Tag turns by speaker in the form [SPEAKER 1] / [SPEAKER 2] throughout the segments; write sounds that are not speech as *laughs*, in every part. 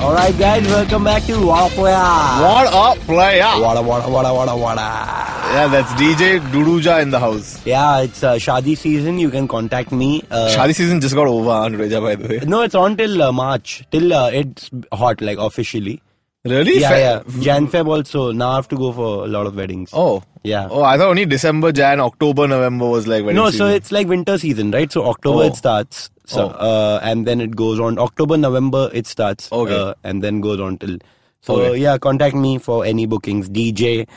[SPEAKER 1] All right, guys, welcome back to Wapwaya.
[SPEAKER 2] What up, player?
[SPEAKER 1] Wada wada wada wada wada.
[SPEAKER 2] Yeah, that's DJ Duduja in the house.
[SPEAKER 1] Yeah, it's uh, Shadi season. You can contact me. Uh,
[SPEAKER 2] Shadi season just got over, Aunt Reja, by the way.
[SPEAKER 1] no, it's on till uh, March. Till uh, it's hot, like officially.
[SPEAKER 2] Really?
[SPEAKER 1] Yeah,
[SPEAKER 2] Fe-
[SPEAKER 1] yeah. Jan Feb also. Now I have to go for a lot of weddings.
[SPEAKER 2] Oh.
[SPEAKER 1] Yeah.
[SPEAKER 2] Oh, I thought only December, Jan, October, November was like wedding
[SPEAKER 1] no,
[SPEAKER 2] season.
[SPEAKER 1] so it's like winter season, right? So October
[SPEAKER 2] Oh.
[SPEAKER 1] it starts, so, uh, and then it goes on. October, November it starts,
[SPEAKER 2] Okay.
[SPEAKER 1] uh, and then goes on till. So
[SPEAKER 2] Okay.
[SPEAKER 1] yeah, contact me for any bookings. DJ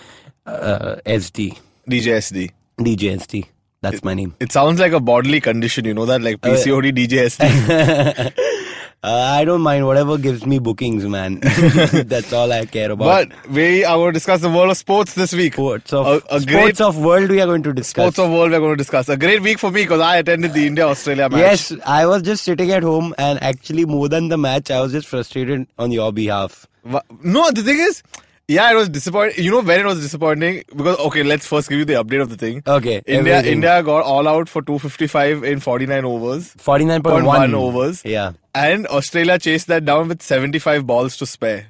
[SPEAKER 1] uh, SD,
[SPEAKER 2] DJ SD.
[SPEAKER 1] DJ SD. That's my
[SPEAKER 2] *laughs*
[SPEAKER 1] name. *laughs*
[SPEAKER 2] It sounds like a bodily condition, you know that,
[SPEAKER 1] Oh,
[SPEAKER 2] like PCOD, DJ
[SPEAKER 1] *laughs*
[SPEAKER 2] SD.
[SPEAKER 1] Uh, I don't mind whatever gives me bookings, man. *laughs* That's all I care about.
[SPEAKER 2] but we are going to discuss the world of sports this week.
[SPEAKER 1] sports of
[SPEAKER 2] a, a
[SPEAKER 1] sports
[SPEAKER 2] great
[SPEAKER 1] of world we are going to discuss.
[SPEAKER 2] sports of world we're going to discuss. A great week for me because I attended the India Australia match.
[SPEAKER 1] Yes, I was just sitting at home, and actually, more than the match, I was just frustrated on your behalf.
[SPEAKER 2] Wha- No, the thing is, yeah, it was disappointing. You know when it was disappointing because okay, let's first give you the update of the thing.
[SPEAKER 1] Okay,
[SPEAKER 2] India
[SPEAKER 1] everything.
[SPEAKER 2] India got all out for 255 in 49 overs,
[SPEAKER 1] 49.1
[SPEAKER 2] 0.1 overs.
[SPEAKER 1] Yeah.
[SPEAKER 2] and Australia chased that down with 75 balls to spare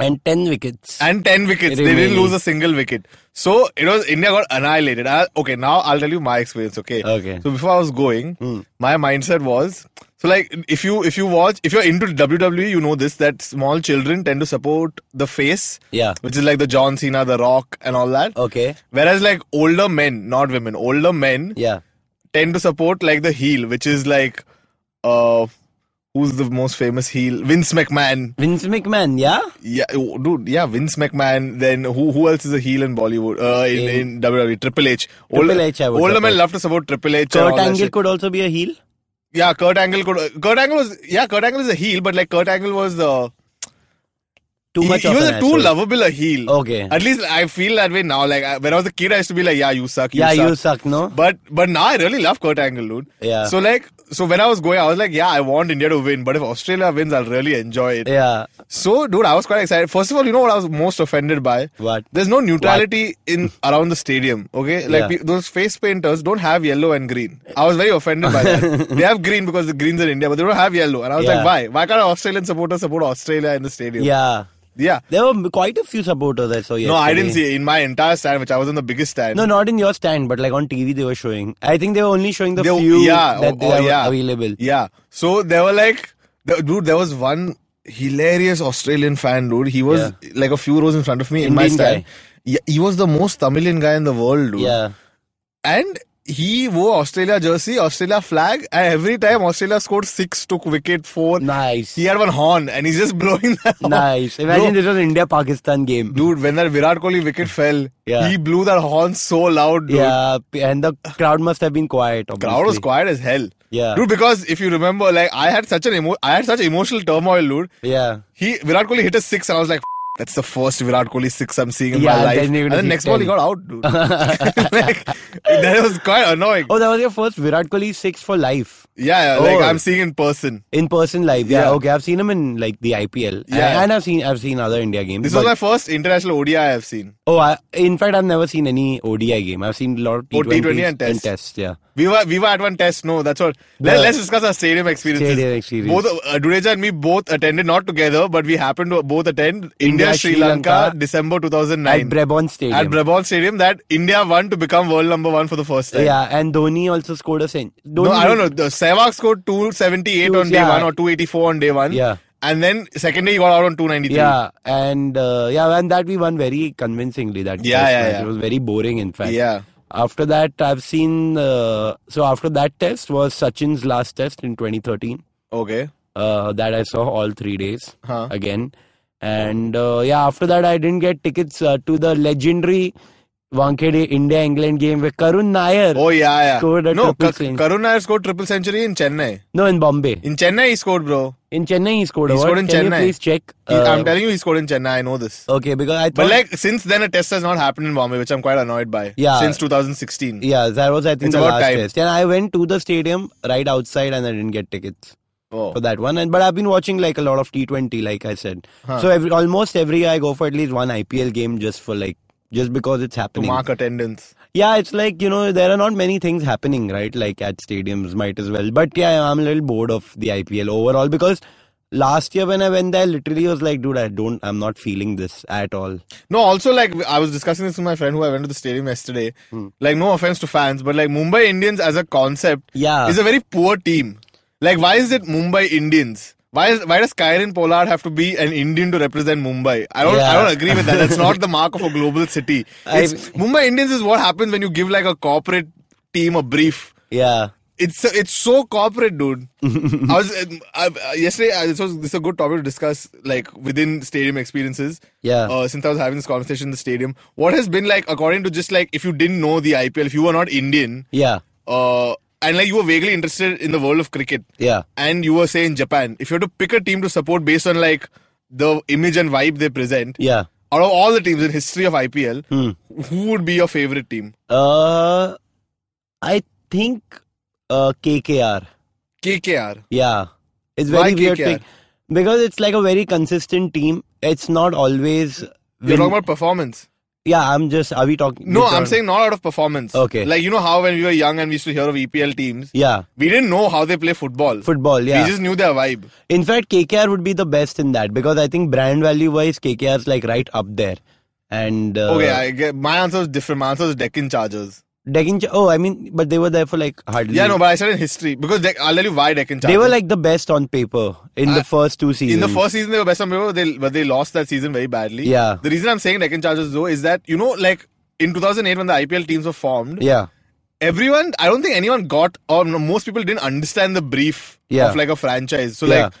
[SPEAKER 1] And 10 wickets.
[SPEAKER 2] and 10 wickets. They didn't
[SPEAKER 1] Remaining.
[SPEAKER 2] lose a single wicket. So it was India got annihilated. I, okay, now I'll tell you my experience. Okay.
[SPEAKER 1] Okay. Hmm.
[SPEAKER 2] So before I was going, my mindset was so like if you if you watch if you're into WWE, you know this that small children tend to support the face.
[SPEAKER 1] Yeah. Uh.
[SPEAKER 2] Which is like the John Cena, the Rock, and all that.
[SPEAKER 1] okay.
[SPEAKER 2] Whereas like older men, not women, older men
[SPEAKER 1] Yeah.
[SPEAKER 2] tend to support like the heel, which is like uh who's the most famous heel? Vince McMahon.
[SPEAKER 1] Vince McMahon, yeah?
[SPEAKER 2] Yeah, oh, dude. Yeah, Vince McMahon. Then who? Who else is a heel in Bollywood? Uh, in, in, WWE, Triple H. Old,
[SPEAKER 1] Triple H, I would
[SPEAKER 2] older
[SPEAKER 1] support.
[SPEAKER 2] men love to support Triple H. and
[SPEAKER 1] Kurt
[SPEAKER 2] all that
[SPEAKER 1] Angle
[SPEAKER 2] shit.
[SPEAKER 1] could also be a heel.
[SPEAKER 2] Yeah, Kurt Angle could. Kurt Angle was. Yeah, Kurt Angle is a heel, but like Kurt Angle was the.
[SPEAKER 1] Too
[SPEAKER 2] he,
[SPEAKER 1] much
[SPEAKER 2] he
[SPEAKER 1] of
[SPEAKER 2] was
[SPEAKER 1] an
[SPEAKER 2] a too
[SPEAKER 1] asshole. Oh.
[SPEAKER 2] lovable a heel.
[SPEAKER 1] Okay.
[SPEAKER 2] At least I feel that way now. Like I, when I was a kid, I used to be like, "Yeah, you suck. You
[SPEAKER 1] yeah,
[SPEAKER 2] suck.
[SPEAKER 1] you suck, no?
[SPEAKER 2] But but now I really love Kurt Angle, dude.
[SPEAKER 1] Yeah.
[SPEAKER 2] So like so when I was going, I was like, yeah, I want India to win, but if Australia wins, I'll really enjoy it.
[SPEAKER 1] yeah.
[SPEAKER 2] So, dude, I was quite excited. First of all, you know what I was most offended by?
[SPEAKER 1] What?
[SPEAKER 2] There's no neutrality in around the stadium. Okay, like
[SPEAKER 1] Yeah.
[SPEAKER 2] pe- those face painters don't have yellow and green. I was very offended
[SPEAKER 1] *laughs*
[SPEAKER 2] by that. they have green because the greens in India, but they don't have yellow. And I was
[SPEAKER 1] Yeah.
[SPEAKER 2] like, why? Why can't Australian supporters support Australia in the stadium?
[SPEAKER 1] Yeah.
[SPEAKER 2] Yeah.
[SPEAKER 1] There were quite a few supporters I saw yesterday.
[SPEAKER 2] No, I didn't see it in my entire stand, which I was in the biggest stand.
[SPEAKER 1] No, not in your stand, but like on TV they were showing. I think they were only showing the
[SPEAKER 2] They-
[SPEAKER 1] few
[SPEAKER 2] yeah,
[SPEAKER 1] that
[SPEAKER 2] oh,
[SPEAKER 1] they
[SPEAKER 2] oh,
[SPEAKER 1] are
[SPEAKER 2] yeah.
[SPEAKER 1] available.
[SPEAKER 2] Yeah. So there were like, the, dude, there was one hilarious Australian fan, dude. He was
[SPEAKER 1] Yeah.
[SPEAKER 2] like a few rows in front of me in my
[SPEAKER 1] Indian
[SPEAKER 2] stand.
[SPEAKER 1] guy.
[SPEAKER 2] Yeah, he was the most Tamilian guy in the world, dude.
[SPEAKER 1] Yeah.
[SPEAKER 2] And he wore Australia jersey, Australia flag, and every time Australia scored six, took wicket four.
[SPEAKER 1] Nice.
[SPEAKER 2] He had one horn, and he's just *laughs* blowing that. horn.
[SPEAKER 1] Nice. Imagine this was India Pakistan game.
[SPEAKER 2] Dude, when that Virat Kohli wicket fell,
[SPEAKER 1] Yeah.
[SPEAKER 2] he blew that horn so loud, dude.
[SPEAKER 1] Yeah, p- and the crowd must have been quiet. Obviously.
[SPEAKER 2] Crowd was quiet as hell.
[SPEAKER 1] Yeah.
[SPEAKER 2] Dude, because if you remember, like I had such an emo- I had such emotional turmoil, dude.
[SPEAKER 1] Yeah.
[SPEAKER 2] he Virat Kohli hit a six, and I was like, "F- "That's the first Virat Kohli six I'm seeing in
[SPEAKER 1] Yeah,
[SPEAKER 2] my
[SPEAKER 1] and
[SPEAKER 2] life."
[SPEAKER 1] then you're
[SPEAKER 2] And
[SPEAKER 1] gonna
[SPEAKER 2] then
[SPEAKER 1] see
[SPEAKER 2] next ball
[SPEAKER 1] 10.
[SPEAKER 2] he got
[SPEAKER 1] *laughs*
[SPEAKER 2] out, dude. like, that was quite annoying.
[SPEAKER 1] Oh, that was your first Virat Kohli six for life.
[SPEAKER 2] Yeah, yeah, like
[SPEAKER 1] Oh.
[SPEAKER 2] I'm seeing in person.
[SPEAKER 1] In person live, yeah.
[SPEAKER 2] Yeah.
[SPEAKER 1] Okay, I've seen him in like the IPL.
[SPEAKER 2] Yeah.
[SPEAKER 1] And I've seen I've seen other India games.
[SPEAKER 2] This
[SPEAKER 1] but-
[SPEAKER 2] was my first international ODI I've seen.
[SPEAKER 1] oh, I, in fact, I've never seen any ODI game. I've seen a lot of
[SPEAKER 2] Oh,
[SPEAKER 1] T20s
[SPEAKER 2] T20 and tests.
[SPEAKER 1] Yeah.
[SPEAKER 2] We were we were at one test. No, that's what. Let,
[SPEAKER 1] Yeah.
[SPEAKER 2] Let's discuss our stadium experiences.
[SPEAKER 1] Stadium experience.
[SPEAKER 2] Both uh, Dureja and me both attended, not together, but we happened to both attend India,
[SPEAKER 1] India,
[SPEAKER 2] Sri,
[SPEAKER 1] Sri
[SPEAKER 2] Lanka,
[SPEAKER 1] Lanka,
[SPEAKER 2] December
[SPEAKER 1] At
[SPEAKER 2] 2009
[SPEAKER 1] Brabant Stadium.
[SPEAKER 2] at Brabant Stadium. That India won to become world number one for the first time.
[SPEAKER 1] yeah, and Dhoni also scored a century.
[SPEAKER 2] No, I don't know. The Sehwag scored 278 on day
[SPEAKER 1] Yeah.
[SPEAKER 2] one or 284 on day one.
[SPEAKER 1] Yeah.
[SPEAKER 2] And then second day he got out on 293.
[SPEAKER 1] Yeah, and uh, yeah, and that we won very convincingly. That
[SPEAKER 2] Yeah,
[SPEAKER 1] first
[SPEAKER 2] yeah,
[SPEAKER 1] match.
[SPEAKER 2] yeah.
[SPEAKER 1] It was very boring, in fact.
[SPEAKER 2] Yeah.
[SPEAKER 1] After that, I've seen. Uh, so after that test was Sachin's last test in 2013.
[SPEAKER 2] Okay.
[SPEAKER 1] Uh, that I saw all three days
[SPEAKER 2] Huh.
[SPEAKER 1] again, and uh, yeah, after that I didn't get tickets uh, to the legendary Wankhede India England game where Karun Nair.
[SPEAKER 2] Oh, yeah, yeah.
[SPEAKER 1] Scored a
[SPEAKER 2] no,
[SPEAKER 1] triple
[SPEAKER 2] Ka-
[SPEAKER 1] century.
[SPEAKER 2] Karun Nair scored triple century in Chennai.
[SPEAKER 1] No, in Bombay,
[SPEAKER 2] In Chennai he scored, bro.
[SPEAKER 1] in Chennai he scored.
[SPEAKER 2] He
[SPEAKER 1] a
[SPEAKER 2] scored
[SPEAKER 1] what?
[SPEAKER 2] in
[SPEAKER 1] Can
[SPEAKER 2] Chennai.
[SPEAKER 1] you please check?
[SPEAKER 2] He- I'm
[SPEAKER 1] uh,
[SPEAKER 2] telling you he scored in Chennai. I know this.
[SPEAKER 1] Okay, because I thought.
[SPEAKER 2] But like since then a test has not happened in Bombay, which I'm quite annoyed by.
[SPEAKER 1] Yeah.
[SPEAKER 2] Since 2016.
[SPEAKER 1] Yeah, that was I think
[SPEAKER 2] It's
[SPEAKER 1] the
[SPEAKER 2] about
[SPEAKER 1] last
[SPEAKER 2] time.
[SPEAKER 1] test. And I went to the stadium right outside and I didn't get tickets
[SPEAKER 2] Oh.
[SPEAKER 1] for that one. And but I've been watching like a lot of T20, like I said. So every, almost every year I go for at least one IPL game just for like just because it's
[SPEAKER 2] To
[SPEAKER 1] happening.
[SPEAKER 2] mark attendance.
[SPEAKER 1] yeah, it's like, you know, there are not many things happening, right? Like at stadiums, might as well. But yeah, I'm a little bored of the IPL overall because last year when I went there, literally was like, dude, I don't, I'm not feeling this at all.
[SPEAKER 2] No, also like I was discussing this with my friend who I went to the stadium yesterday.
[SPEAKER 1] Hmm.
[SPEAKER 2] Like, no offense to fans, but like Mumbai Indians as a concept
[SPEAKER 1] Yeah.
[SPEAKER 2] is a very poor team. Like, why is it Mumbai Indians? Why is why does Kyron Pollard have to be an Indian to represent Mumbai? I don't I
[SPEAKER 1] Yeah.
[SPEAKER 2] don't agree with that. That's
[SPEAKER 1] *laughs*
[SPEAKER 2] not the mark of a global city.
[SPEAKER 1] I-
[SPEAKER 2] It's, Mumbai Indians is what happens when you give like a corporate team a brief.
[SPEAKER 1] Yeah.
[SPEAKER 2] It's it's so
[SPEAKER 1] *laughs*
[SPEAKER 2] corporate, dude. I was I, I- yesterday. I, this was this is a good topic to discuss, like within stadium experiences.
[SPEAKER 1] Yeah.
[SPEAKER 2] Uh, since I was having this conversation in the stadium, what has been like according to just like if you didn't know the IPL, if you were not Indian,
[SPEAKER 1] Yeah.
[SPEAKER 2] uh, and like you were vaguely interested in the world of cricket,
[SPEAKER 1] Yeah.
[SPEAKER 2] and you were say in Japan, if you had to pick a team to support based on like the image and vibe they present,
[SPEAKER 1] Yeah. Hmm.
[SPEAKER 2] out of all the teams in history of IPL, who would be your favorite team?
[SPEAKER 1] Uh, I think uh, KKR.
[SPEAKER 2] KKR.
[SPEAKER 1] Yeah. It's very
[SPEAKER 2] Why
[SPEAKER 1] weird
[SPEAKER 2] KKR?
[SPEAKER 1] thing. Because it's like a very consistent team. It's not always
[SPEAKER 2] You're
[SPEAKER 1] win-
[SPEAKER 2] talking about performance.
[SPEAKER 1] Yeah, I'm just are we talking
[SPEAKER 2] No,
[SPEAKER 1] which
[SPEAKER 2] I'm
[SPEAKER 1] one?
[SPEAKER 2] saying not out of performance.
[SPEAKER 1] Okay.
[SPEAKER 2] Like you know how when we were young and we used to hear of EPL teams,
[SPEAKER 1] Yeah.
[SPEAKER 2] we didn't know how they play football.
[SPEAKER 1] Football, yeah.
[SPEAKER 2] We just knew their vibe.
[SPEAKER 1] In fact, KKR would be the best in that because I think brand value wise, KKR is like right up there. And uh,
[SPEAKER 2] okay, I get, my answer is different. My answer is Deccan Chargers.
[SPEAKER 1] Deccan. Ch- Oh, I mean, but they were there for like hardly.
[SPEAKER 2] Yeah, no, but I said in history because Dec- I'll tell you why Deccan Chargers.
[SPEAKER 1] they were like the best on paper in
[SPEAKER 2] I-
[SPEAKER 1] the first two
[SPEAKER 2] in
[SPEAKER 1] seasons.
[SPEAKER 2] the first season they were best on paper, but they but they lost that season very badly.
[SPEAKER 1] Yeah.
[SPEAKER 2] The reason I'm saying Deccan Chargers though is that you know like in 2008 when the IPL teams were formed,
[SPEAKER 1] Yeah.
[SPEAKER 2] everyone i don't think anyone got or no- most people didn't understand the brief
[SPEAKER 1] Yeah.
[SPEAKER 2] of like a franchise so
[SPEAKER 1] Yeah.
[SPEAKER 2] like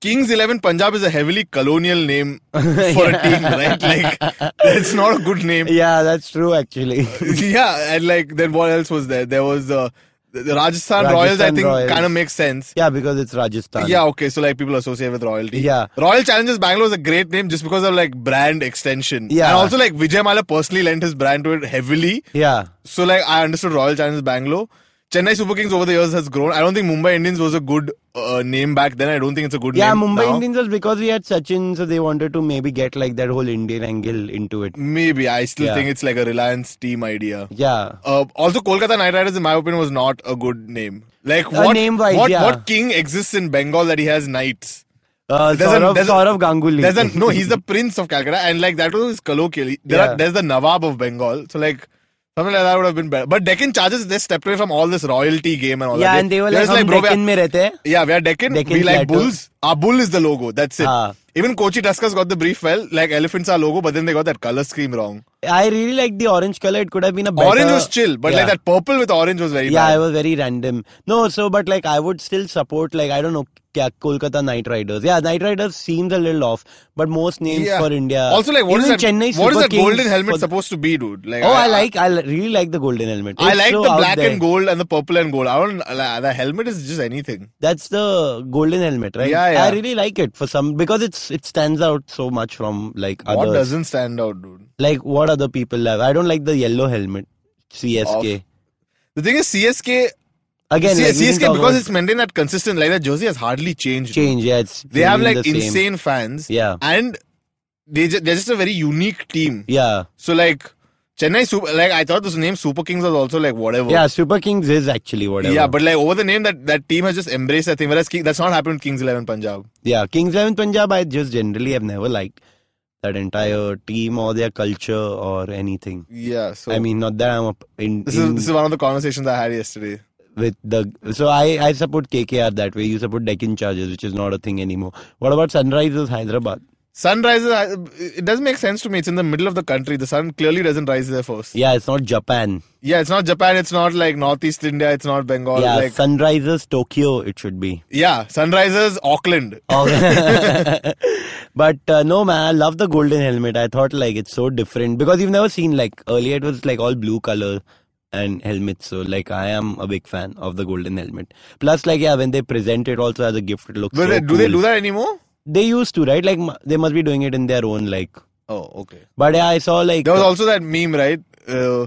[SPEAKER 2] kings 11 punjab is a heavily colonial
[SPEAKER 1] *laughs*
[SPEAKER 2] name for a team right like that's not a good name
[SPEAKER 1] Yeah, that's true actually.
[SPEAKER 2] *laughs* yeah and like then what else was there there was uh, the the rajasthan, royals i
[SPEAKER 1] Rajasthan
[SPEAKER 2] think
[SPEAKER 1] Royals.
[SPEAKER 2] kind of makes sense
[SPEAKER 1] yeah, because it's Rajasthan.
[SPEAKER 2] yeah okay so like people associate with royalty
[SPEAKER 1] Yeah.
[SPEAKER 2] royal challenges bangalore is a great name just because of like brand extension
[SPEAKER 1] Yeah.
[SPEAKER 2] and also like vijay mala personally lent his brand to it heavily
[SPEAKER 1] Yeah.
[SPEAKER 2] so like I understood Royal Challengers Bangalore. Chennai Super Kings over the years has grown. I don't think Mumbai Indians was a good uh, name back then. I don't think it's a good
[SPEAKER 1] Yeah,
[SPEAKER 2] name
[SPEAKER 1] Mumbai
[SPEAKER 2] now.
[SPEAKER 1] Indians was because we had Sachin, so they wanted to maybe get like that whole Indian angle into it.
[SPEAKER 2] Maybe I still
[SPEAKER 1] Yeah.
[SPEAKER 2] think it's like a Reliance team idea.
[SPEAKER 1] Yeah.
[SPEAKER 2] Uh, also, Kolkata Knight Riders, in my opinion, was not a good name. Like
[SPEAKER 1] Uh,
[SPEAKER 2] what
[SPEAKER 1] name-wise,
[SPEAKER 2] what,
[SPEAKER 1] yeah.
[SPEAKER 2] what king exists in Bengal that he has knights?
[SPEAKER 1] Uh,
[SPEAKER 2] There's an-
[SPEAKER 1] Saurav,
[SPEAKER 2] there's a-
[SPEAKER 1] Saurav Ganguly.
[SPEAKER 2] There's a, no,
[SPEAKER 1] *laughs*
[SPEAKER 2] he's the prince of Calcutta, and like that was his colloquially. There
[SPEAKER 1] Yeah.
[SPEAKER 2] are, there's the Nawab of Bengal. So like. Something like that would have been better. But Deccan Chargers, they stepped away from all this royalty game and all
[SPEAKER 1] yeah,
[SPEAKER 2] that.
[SPEAKER 1] and they were
[SPEAKER 2] they're
[SPEAKER 1] like,
[SPEAKER 2] just
[SPEAKER 1] हम
[SPEAKER 2] bro, we are-
[SPEAKER 1] Deccan में रहते हैं.
[SPEAKER 2] Yeah, we are Deccan.
[SPEAKER 1] Deccan
[SPEAKER 2] we like
[SPEAKER 1] plateau.
[SPEAKER 2] bulls. Our bull is the logo. That's it.
[SPEAKER 1] Ah.
[SPEAKER 2] Even Kochi Tuskers got the brief well. Like elephants are logo, but then they got that color scheme wrong.
[SPEAKER 1] I really like the orange color. It could have been a better.
[SPEAKER 2] Orange was chill, but
[SPEAKER 1] uh, yeah.
[SPEAKER 2] like that purple with orange was very
[SPEAKER 1] Yeah,
[SPEAKER 2] bad.
[SPEAKER 1] it was very random. No, so but like I would still support like I don't know Kya- Kolkata Knight Riders. Yeah, Knight Riders seems a little off, but most names
[SPEAKER 2] Yeah.
[SPEAKER 1] for India.
[SPEAKER 2] Also, like what is
[SPEAKER 1] Even
[SPEAKER 2] that?
[SPEAKER 1] Chennai
[SPEAKER 2] what is
[SPEAKER 1] Super
[SPEAKER 2] that golden
[SPEAKER 1] Kings
[SPEAKER 2] helmet
[SPEAKER 1] for-
[SPEAKER 2] supposed to be, dude? Like,
[SPEAKER 1] Oh, I, like I li- really like the golden helmet.
[SPEAKER 2] I
[SPEAKER 1] It's
[SPEAKER 2] like
[SPEAKER 1] so
[SPEAKER 2] the
[SPEAKER 1] out
[SPEAKER 2] black
[SPEAKER 1] there.
[SPEAKER 2] and gold and the purple and gold. I don't. Like, the helmet is just anything.
[SPEAKER 1] That's the golden helmet, right?
[SPEAKER 2] Yeah, yeah.
[SPEAKER 1] I really like it for some because it's it stands out so much from like
[SPEAKER 2] What
[SPEAKER 1] others.
[SPEAKER 2] doesn't stand out, dude?
[SPEAKER 1] Like what other people have. I don't like the yellow helmet. CSK.
[SPEAKER 2] Off. The thing is, CSK.
[SPEAKER 1] Again,
[SPEAKER 2] C-
[SPEAKER 1] like, we can
[SPEAKER 2] CSK
[SPEAKER 1] talk
[SPEAKER 2] because
[SPEAKER 1] about
[SPEAKER 2] it's maintained that consistent. Like that jersey has hardly changed. dude.
[SPEAKER 1] change. Yeah, it's
[SPEAKER 2] They have
[SPEAKER 1] remain
[SPEAKER 2] like
[SPEAKER 1] the same.
[SPEAKER 2] insane fans.
[SPEAKER 1] Yeah.
[SPEAKER 2] and they ju- they're just a very unique team.
[SPEAKER 1] Yeah,
[SPEAKER 2] So like Chennai Super, like I thought this name Super Kings was also like whatever.
[SPEAKER 1] yeah. Super Kings is actually whatever.
[SPEAKER 2] Yeah, but like over the name that that team has just embraced that thing. Whereas King, that's not happened with Kings Eleven Punjab.
[SPEAKER 1] yeah, Kings Eleven Punjab. I just generally have never liked that entire team or their culture or anything.
[SPEAKER 2] Yeah, so
[SPEAKER 1] I mean, not that I'm up in,
[SPEAKER 2] this
[SPEAKER 1] in
[SPEAKER 2] is this is one of the conversations I had yesterday.
[SPEAKER 1] with the. So I I support KKR that way. You support Deccan Chargers, which is not a thing anymore. What about Sunrisers Hyderabad?
[SPEAKER 2] Sunrise, uh, it doesn't make sense to me. It's in the middle of the country. The sun clearly doesn't rise there first. Yeah,
[SPEAKER 1] Yeah, it's not Japan.
[SPEAKER 2] it's not Japan. It's not like Northeast India. It's not Bengal.
[SPEAKER 1] yeah,
[SPEAKER 2] like
[SPEAKER 1] Sunrisers Tokyo. It should be.
[SPEAKER 2] yeah, Sunrisers Auckland. *laughs*
[SPEAKER 1] Oh. *laughs* but uh, no man i love the golden helmet i thought like it's so different because you've never seen like earlier it was like all blue color and helmets so like i am a big fan of the golden helmet plus like yeah when they present it also as a gift it looks
[SPEAKER 2] But
[SPEAKER 1] so
[SPEAKER 2] they- do they
[SPEAKER 1] cool.
[SPEAKER 2] do that anymore?
[SPEAKER 1] they used to right like mu- they must be doing it in their own like
[SPEAKER 2] Oh, okay.
[SPEAKER 1] but yeah i saw like
[SPEAKER 2] There was
[SPEAKER 1] uh,
[SPEAKER 2] also that meme, right? Uh,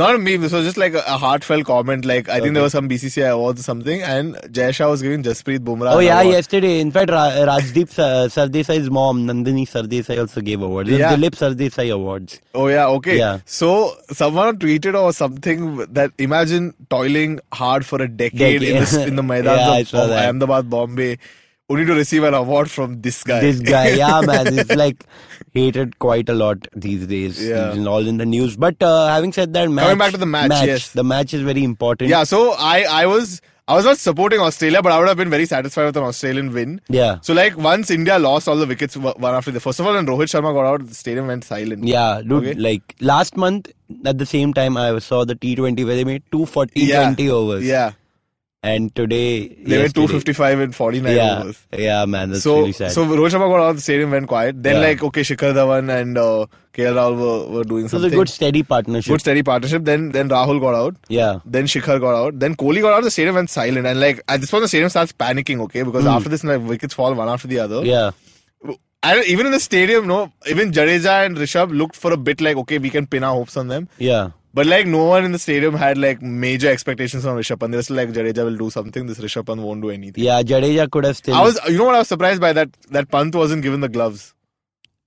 [SPEAKER 2] Not me. This was just like a, a heartfelt comment. Like I think
[SPEAKER 1] Okay.
[SPEAKER 2] there was some BCCI awards or something, and Jay Shah was giving Jasprit Bumrah.
[SPEAKER 1] Oh
[SPEAKER 2] an
[SPEAKER 1] yeah,
[SPEAKER 2] award.
[SPEAKER 1] yesterday. In fact, Ra- Rajdeep Sa- Sardesai's mom, Nandini Sardesai, also gave awards. The
[SPEAKER 2] Yeah.
[SPEAKER 1] Dilip Sardesai awards.
[SPEAKER 2] Oh yeah, okay.
[SPEAKER 1] Yeah.
[SPEAKER 2] So someone tweeted or something that imagine toiling hard for a decade,
[SPEAKER 1] Decade. *laughs*
[SPEAKER 2] in, this, in the maidans
[SPEAKER 1] Yeah, I
[SPEAKER 2] of
[SPEAKER 1] saw
[SPEAKER 2] Bom-
[SPEAKER 1] that.
[SPEAKER 2] Ahmedabad, Bombay, only to receive an award from this guy.
[SPEAKER 1] This guy, yeah, man, is like hated quite a lot these days.
[SPEAKER 2] Yeah.
[SPEAKER 1] It's all in the news. But uh, having said that, match,
[SPEAKER 2] back to the match, yes.
[SPEAKER 1] the match is very important.
[SPEAKER 2] yeah. So I, I was, I was not supporting Australia, but I would have been very satisfied with an Australian win.
[SPEAKER 1] yeah,
[SPEAKER 2] So like once India lost all the wickets wa- one after the first of all, when Rohit Sharma got out, the stadium went silent.
[SPEAKER 1] yeah, dude.
[SPEAKER 2] Okay.
[SPEAKER 1] Like last month, at the same time, I saw the T20 where they made 240 20 overs,
[SPEAKER 2] Yeah.
[SPEAKER 1] and today
[SPEAKER 2] They went
[SPEAKER 1] yesterday-
[SPEAKER 2] 255 in 49
[SPEAKER 1] Yeah,
[SPEAKER 2] overs.
[SPEAKER 1] yeah, man, that's
[SPEAKER 2] so
[SPEAKER 1] really sad.
[SPEAKER 2] so Rohit Sharma got out of the stadium went quiet. Then
[SPEAKER 1] Yeah.
[SPEAKER 2] like okay, Shikhar Dhawan and uh, KL Rahul were, were doing
[SPEAKER 1] it was a
[SPEAKER 2] something.
[SPEAKER 1] good steady partnership.
[SPEAKER 2] Good steady partnership. Then then Rahul got out.
[SPEAKER 1] yeah.
[SPEAKER 2] Then Shikhar got out. Then Kohli got out. The stadium went silent. And like at this point, the stadium starts panicking. Okay, because after this, like wickets fall one after the other.
[SPEAKER 1] Hmm. Yeah.
[SPEAKER 2] I don't- even in the stadium, no, even Jadeja and Rishabh looked for a bit like okay, we can pin our hopes on them.
[SPEAKER 1] Yeah.
[SPEAKER 2] But like no one in the stadium had like major expectations on Rishabh Pant. They were still like Jadeja will do something. This Rishabh Pant won't do anything.
[SPEAKER 1] Yeah. Jadeja could have still.
[SPEAKER 2] I was you know what I was surprised by that that Pant wasn't given the gloves.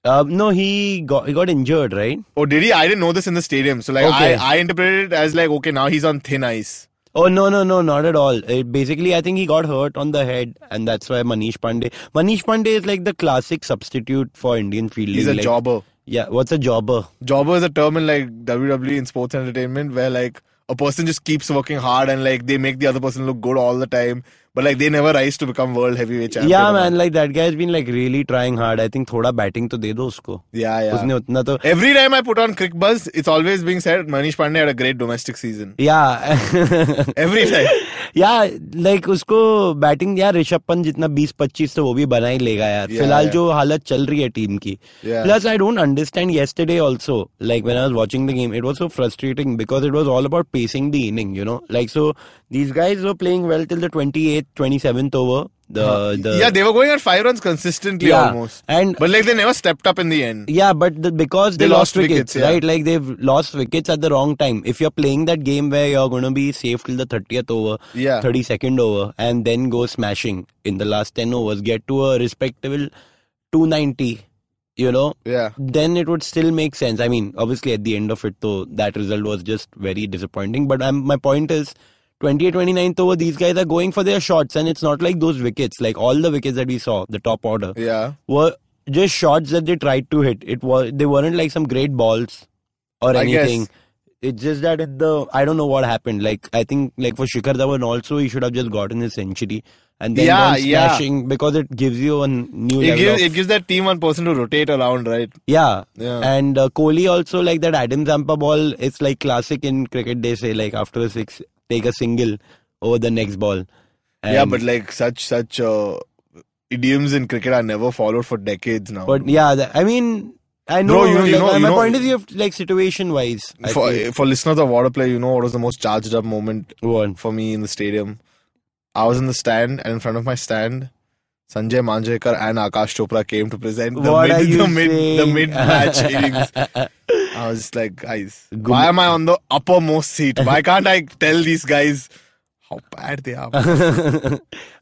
[SPEAKER 1] Uh, no, he got he got injured, right?
[SPEAKER 2] Oh, did he? I didn't know this in the stadium. So like,
[SPEAKER 1] Okay.
[SPEAKER 2] I, I interpreted it as like, okay, now he's on thin ice.
[SPEAKER 1] Oh no no no not at all. It basically I think he got hurt on the head and that's why Manish Pandey. Manish Pandey is like the classic substitute for Indian fielding.
[SPEAKER 2] He's a
[SPEAKER 1] like-
[SPEAKER 2] jobber.
[SPEAKER 1] Yeah, what's a jobber?
[SPEAKER 2] Jobber is a term in like WWE in sports and entertainment where like a person just keeps working hard and like they make the other person look good all the time, but like they never rise to become world heavyweight champion.
[SPEAKER 1] yeah man, like that guy's been like really trying hard. I think thoda batting to de do usko.
[SPEAKER 2] Yeah, yeah.
[SPEAKER 1] उसने उतना तो
[SPEAKER 2] Every time I put on Crick Buzz, it's always being said Manish Pandey had a great domestic season.
[SPEAKER 1] yeah *laughs*
[SPEAKER 2] Every time.
[SPEAKER 1] Yeah like उसको batting यार ऋषभ पंत जितना 20-25 तो वो भी बना ही लेगा यार
[SPEAKER 2] Yeah,
[SPEAKER 1] फिलहाल
[SPEAKER 2] yeah.
[SPEAKER 1] जो हालत चल रही है टीम की
[SPEAKER 2] Yeah.
[SPEAKER 1] Plus I don't understand yesterday also like when i was watching the game it was so frustrating because it was all about pacing the inning you know like so these guys were playing well till the 28th 27th over the the
[SPEAKER 2] yeah, they were going at five runs consistently
[SPEAKER 1] Yeah.
[SPEAKER 2] almost.
[SPEAKER 1] And-
[SPEAKER 2] but like they never stepped up in the end.
[SPEAKER 1] Yeah, but the, because they,
[SPEAKER 2] They
[SPEAKER 1] lost,
[SPEAKER 2] lost
[SPEAKER 1] wickets,
[SPEAKER 2] wickets, yeah.
[SPEAKER 1] right? Like they've lost wickets at the wrong time. If you're playing that game where you're going to be safe till the 30th over,
[SPEAKER 2] Yeah.
[SPEAKER 1] 32nd over, and then go smashing in the last 10 overs, get to a respectable 290, you know,
[SPEAKER 2] Yeah.
[SPEAKER 1] then it would still make sense. I mean, obviously at the end of it, though, that result was just very disappointing. But um, my point is. 28 29th over, these guys are going for their shots, and it's not like those wickets, like all the wickets that we saw, the top order
[SPEAKER 2] Yeah.
[SPEAKER 1] were just shots that they tried to hit. It was they weren't like some great balls or
[SPEAKER 2] I guess.
[SPEAKER 1] anything. It's just that at the I don't know what happened. Like I think like for Shikhar Dhawan also he should have just gotten his century and then
[SPEAKER 2] Yeah,
[SPEAKER 1] gone
[SPEAKER 2] yeah.
[SPEAKER 1] smashing because it gives you a new
[SPEAKER 2] It
[SPEAKER 1] level.
[SPEAKER 2] gives,
[SPEAKER 1] of-
[SPEAKER 2] it gives that team one person to rotate around, right?
[SPEAKER 1] yeah.
[SPEAKER 2] Yeah.
[SPEAKER 1] And uh, Kohli also like that Adam Zampa ball. It's like classic in cricket. They say like after a six, take a single over the next ball.
[SPEAKER 2] yeah,
[SPEAKER 1] And-
[SPEAKER 2] but like such such uh, idioms in cricket are never followed for decades now.
[SPEAKER 1] but yeah, the, I mean. I know,
[SPEAKER 2] Bro, you know- you
[SPEAKER 1] like,
[SPEAKER 2] know-
[SPEAKER 1] my
[SPEAKER 2] you
[SPEAKER 1] my
[SPEAKER 2] know-
[SPEAKER 1] point is you have like situation wise.
[SPEAKER 2] for for listeners of water play, you know what was the most charged up moment
[SPEAKER 1] one. *laughs*
[SPEAKER 2] for me in the stadium? I was in the stand, and in front of my stand, Sanjay Manjrekar and Akash Chopra came to present the
[SPEAKER 1] What
[SPEAKER 2] mid
[SPEAKER 1] are you
[SPEAKER 2] *laughs* the mid the
[SPEAKER 1] saying?
[SPEAKER 2] mid *laughs* match innings. I was just like, guys,
[SPEAKER 1] Gum-
[SPEAKER 2] why am I on the uppermost seat? Why can't I tell these guys how bad they *laughs* are?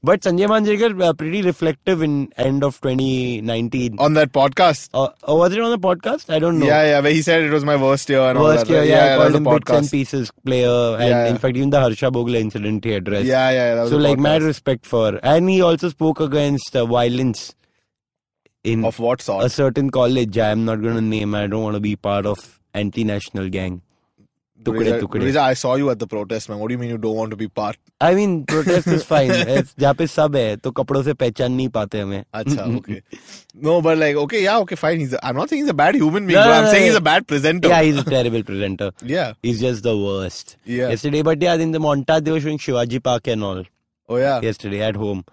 [SPEAKER 1] but Sanjay Manjrekar were pretty reflective in end of 2019.
[SPEAKER 2] on that podcast,
[SPEAKER 1] Uh, oh, was it on the podcast? I don't know.
[SPEAKER 2] Oh. yeah, yeah, where he said it was my worst year and all
[SPEAKER 1] Worst
[SPEAKER 2] that.
[SPEAKER 1] year,
[SPEAKER 2] right?
[SPEAKER 1] yeah, I
[SPEAKER 2] that
[SPEAKER 1] called
[SPEAKER 2] was the
[SPEAKER 1] him bits and
[SPEAKER 2] podcast.
[SPEAKER 1] pieces player, and
[SPEAKER 2] Yeah.
[SPEAKER 1] in fact, even the Harsha Bogla incident he addressed.
[SPEAKER 2] Yeah, yeah, that was
[SPEAKER 1] so
[SPEAKER 2] the
[SPEAKER 1] like mad
[SPEAKER 2] podcast.
[SPEAKER 1] respect for, and he also spoke against uh, violence in
[SPEAKER 2] of what sort?
[SPEAKER 1] a certain college. I am not going to name. I don't want to be part of anti-national gang. Tukde
[SPEAKER 2] Durija-
[SPEAKER 1] tukde.
[SPEAKER 2] Durija, I saw you at the protest, man. What do you mean you don't want to be part?
[SPEAKER 1] I mean protest is
[SPEAKER 2] *laughs*
[SPEAKER 1] fine जहाँ पे सब है तो कपड़ों से पहचान नहीं पाते हमें Mm-hmm.
[SPEAKER 2] Acha, okay. No, but like, okay, yeah, okay, fine. He's. A, I'm not saying he's a bad human being.
[SPEAKER 1] No,
[SPEAKER 2] bro.
[SPEAKER 1] no,
[SPEAKER 2] I'm
[SPEAKER 1] no,
[SPEAKER 2] saying
[SPEAKER 1] yeah.
[SPEAKER 2] he's a bad presenter.
[SPEAKER 1] Yeah, he's a terrible presenter.
[SPEAKER 2] Yeah.
[SPEAKER 1] He's just the worst.
[SPEAKER 2] Yeah.
[SPEAKER 1] Yesterday, but yeah, in the montage they were showing Shivaji Park and all.
[SPEAKER 2] Oh yeah.
[SPEAKER 1] Yesterday at home.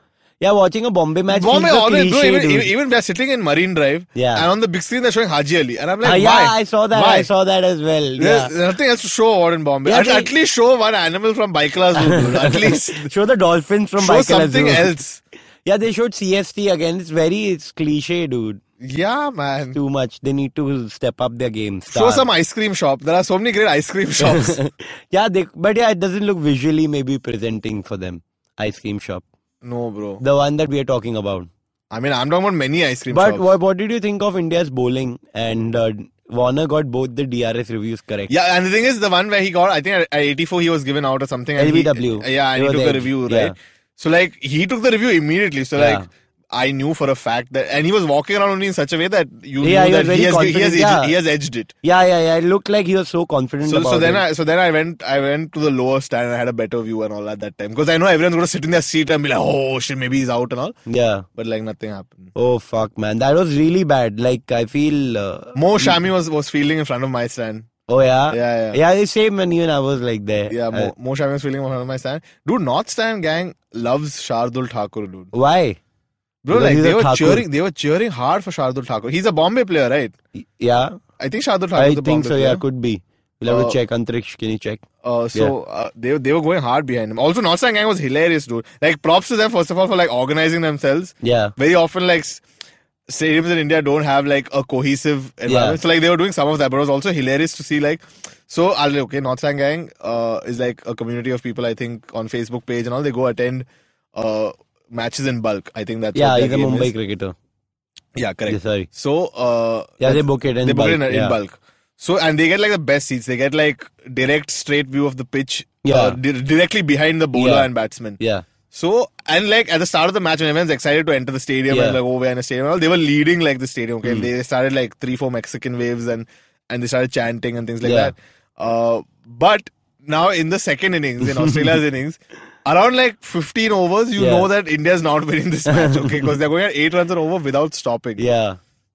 [SPEAKER 1] Yeah, watching a Bombay match.
[SPEAKER 2] Bombay,
[SPEAKER 1] feels a
[SPEAKER 2] always, bro,
[SPEAKER 1] cliche,
[SPEAKER 2] even,
[SPEAKER 1] dude.
[SPEAKER 2] even, even we are sitting in Marine Drive,
[SPEAKER 1] Yeah.
[SPEAKER 2] and on the big screen they're showing Haji Ali, and I'm like,
[SPEAKER 1] Ah, yeah,
[SPEAKER 2] why?
[SPEAKER 1] I saw that.
[SPEAKER 2] Why?
[SPEAKER 1] I saw that as well. Yeah.
[SPEAKER 2] There's nothing else to show over in Bombay.
[SPEAKER 1] Yeah,
[SPEAKER 2] at,
[SPEAKER 1] they-
[SPEAKER 2] at least show one animal from Bikela's Zoo, dude.
[SPEAKER 1] *laughs*
[SPEAKER 2] At least
[SPEAKER 1] Show the dolphins from
[SPEAKER 2] show
[SPEAKER 1] Baikal
[SPEAKER 2] something
[SPEAKER 1] Zoo.
[SPEAKER 2] else.
[SPEAKER 1] Yeah, they showed CST again. It's very, it's cliche, dude.
[SPEAKER 2] Yeah, man.
[SPEAKER 1] Too much. They need to step up their game. Star.
[SPEAKER 2] Show
[SPEAKER 1] *laughs*
[SPEAKER 2] some ice cream shop. There are so many great ice cream shops.
[SPEAKER 1] yeah, they, but yeah, it doesn't look visually maybe presenting for them. Ice cream shop,
[SPEAKER 2] no, bro.
[SPEAKER 1] the one that we are talking about.
[SPEAKER 2] I mean, I'm talking about many ice cream
[SPEAKER 1] But
[SPEAKER 2] shops.
[SPEAKER 1] what, what did you think of India's bowling? And uh, Warner got both the DRS reviews correct.
[SPEAKER 2] Yeah, and the thing is, the one where he got, I think at at 84 he was given out or something. and he-
[SPEAKER 1] LBW.
[SPEAKER 2] yeah, and
[SPEAKER 1] They
[SPEAKER 2] he
[SPEAKER 1] were
[SPEAKER 2] took
[SPEAKER 1] the
[SPEAKER 2] a review,
[SPEAKER 1] edge. Yeah.
[SPEAKER 2] right? So like he took the review immediately. So
[SPEAKER 1] Yeah.
[SPEAKER 2] like I knew for a fact that, and he was walking around only in such a way that you
[SPEAKER 1] Yeah, he was
[SPEAKER 2] knew that
[SPEAKER 1] very
[SPEAKER 2] he has, he has
[SPEAKER 1] confident,
[SPEAKER 2] edged,
[SPEAKER 1] yeah.
[SPEAKER 2] he has edged it.
[SPEAKER 1] Yeah, yeah, yeah. It looked like he was so confident
[SPEAKER 2] So,
[SPEAKER 1] about
[SPEAKER 2] so then
[SPEAKER 1] it.
[SPEAKER 2] I so then I went I went to the lower stand and I had a better view and all at that time because I know everyone's gonna sit in their seat and be like oh shit maybe he's out and all
[SPEAKER 1] yeah.
[SPEAKER 2] but like nothing happened.
[SPEAKER 1] Oh fuck, man, that was really bad. Like I feel. Uh,
[SPEAKER 2] Mo Shami was was fielding in front of my stand.
[SPEAKER 1] oh yeah.
[SPEAKER 2] Yeah, yeah.
[SPEAKER 1] Yeah, the same. And even I was like there.
[SPEAKER 2] Yeah, Mo,
[SPEAKER 1] Uh,
[SPEAKER 2] Mo Shami was fielding in front of my stand. Dude, North Stand gang loves Shardul Thakur, dude.
[SPEAKER 1] why?
[SPEAKER 2] Bro,
[SPEAKER 1] Because
[SPEAKER 2] like
[SPEAKER 1] he's
[SPEAKER 2] they
[SPEAKER 1] a
[SPEAKER 2] were
[SPEAKER 1] Thakur.
[SPEAKER 2] cheering, they were cheering hard for Shardul Thakur. He's a Bombay player, right?
[SPEAKER 1] Y- Yeah,
[SPEAKER 2] I think Shardul Thakur.
[SPEAKER 1] I
[SPEAKER 2] is a
[SPEAKER 1] think
[SPEAKER 2] Bombay
[SPEAKER 1] so. Yeah,
[SPEAKER 2] player.
[SPEAKER 1] could be. We'll have
[SPEAKER 2] Uh,
[SPEAKER 1] to check. Antriksh, can you check?
[SPEAKER 2] Uh, so uh, they they were going hard behind him. Also, North Stand gang was hilarious, dude. Like props to them first of all for like organizing themselves.
[SPEAKER 1] Yeah.
[SPEAKER 2] Very often, like s- stadiums in India don't have like a cohesive environment. So like they were doing some of that, but it was also hilarious to see like. So I'll like, okay, North Stand gang uh, is like a community of people I think on Facebook page and all. They go attend uh, matches in bulk. I think that's
[SPEAKER 1] Yeah,
[SPEAKER 2] what their
[SPEAKER 1] he's a
[SPEAKER 2] aim
[SPEAKER 1] Mumbai
[SPEAKER 2] is.
[SPEAKER 1] cricketer.
[SPEAKER 2] Yeah, correct.
[SPEAKER 1] Yeah, sorry.
[SPEAKER 2] So uh,
[SPEAKER 1] Yeah, they book it in
[SPEAKER 2] they
[SPEAKER 1] bulk.
[SPEAKER 2] book it in,
[SPEAKER 1] yeah.
[SPEAKER 2] in bulk. So and they get like the best seats. They get like direct straight view of the pitch.
[SPEAKER 1] Yeah.
[SPEAKER 2] uh, di- directly behind the bowler
[SPEAKER 1] Yeah.
[SPEAKER 2] and batsman.
[SPEAKER 1] Yeah.
[SPEAKER 2] So and like at the start of the match, when everyone's excited to enter the stadium and
[SPEAKER 1] Yeah. Hmm.
[SPEAKER 2] like oh we're in a stadium, and all, they were leading like the stadium. Okay, they started like three four Mexican waves and and they started chanting and things like
[SPEAKER 1] Yeah.
[SPEAKER 2] that. Uh, but now in the second
[SPEAKER 1] *laughs*
[SPEAKER 2] innings in Australia's innings. Around like 15 overs, you
[SPEAKER 1] Yeah.
[SPEAKER 2] know that India's not winning this
[SPEAKER 1] *laughs*
[SPEAKER 2] match, okay? Because they're going at 8 runs an over without stopping.
[SPEAKER 1] Yeah.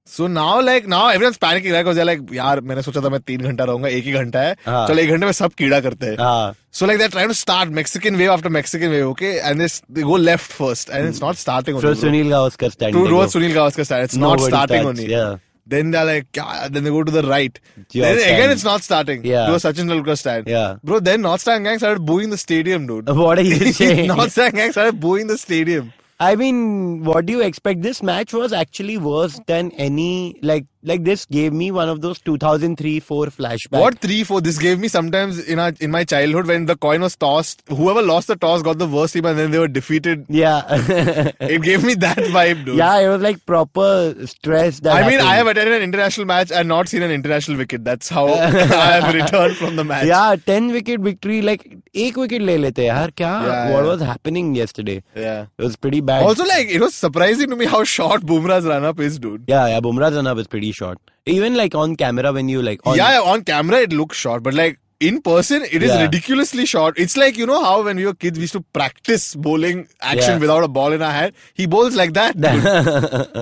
[SPEAKER 2] So now like now everyone's panicking like was like यार मैंने सोचा था मैं तीन घंटा रहूंगा एक ही घंटा है
[SPEAKER 1] हाँ.
[SPEAKER 2] चलो एक घंटे में सब कीड़ा करते हैं
[SPEAKER 1] Ah.
[SPEAKER 2] So like they trying to start Mexican wave after Mexican wave okay and they go left first and
[SPEAKER 1] Hmm.
[SPEAKER 2] It's not starting
[SPEAKER 1] So
[SPEAKER 2] to
[SPEAKER 1] Sunil Gavaskar standing.
[SPEAKER 2] Rose Sunil Gavaskar start it's not
[SPEAKER 1] Nobody
[SPEAKER 2] starting
[SPEAKER 1] starts,
[SPEAKER 2] only
[SPEAKER 1] yeah. *laughs*
[SPEAKER 2] Then they like then they go to the right
[SPEAKER 1] Your
[SPEAKER 2] then again
[SPEAKER 1] stand.
[SPEAKER 2] It's not starting
[SPEAKER 1] Yeah.
[SPEAKER 2] To a Sachin Tendulkar stand
[SPEAKER 1] Yeah.
[SPEAKER 2] Bro then not starting gang started booing the stadium
[SPEAKER 1] *laughs*
[SPEAKER 2] dude
[SPEAKER 1] What are
[SPEAKER 2] *laughs*
[SPEAKER 1] you saying?
[SPEAKER 2] Not starting gang started booing the stadium
[SPEAKER 1] I mean, what do you expect? This match was actually worse than any like like this gave me one of those 2003 4 flashbacks.
[SPEAKER 2] What three four? This gave me sometimes in our in my childhood when the coin was tossed. Whoever lost the toss got the worst team, and then they were
[SPEAKER 1] *laughs*
[SPEAKER 2] defeated.
[SPEAKER 1] Yeah.
[SPEAKER 2] It gave me that vibe, dude.
[SPEAKER 1] yeah, it was like proper stress that
[SPEAKER 2] I mean, I have
[SPEAKER 1] happened.
[SPEAKER 2] attended an international match and not seen an international wicket. That's
[SPEAKER 1] *laughs*
[SPEAKER 2] how I have returned from the match.
[SPEAKER 1] yeah, 10 wicket victory like एक wicket ले लेते हैं यार क्या
[SPEAKER 2] Yeah,
[SPEAKER 1] what
[SPEAKER 2] yeah.
[SPEAKER 1] was happening yesterday
[SPEAKER 2] Yeah.
[SPEAKER 1] it was pretty bad
[SPEAKER 2] Also, like it was surprising to me how short Bumrah's run up is, dude.
[SPEAKER 1] yeah yeah Bumrah's run up is pretty short even like on camera when you like on
[SPEAKER 2] yeah, yeah, on camera it looks short, but like in person it is
[SPEAKER 1] Yeah.
[SPEAKER 2] ridiculously short. It's like you know how when we were kids we used to practice bowling action
[SPEAKER 1] Yeah.
[SPEAKER 2] without a ball in our hand. He bowls like that. dude.
[SPEAKER 1] *laughs*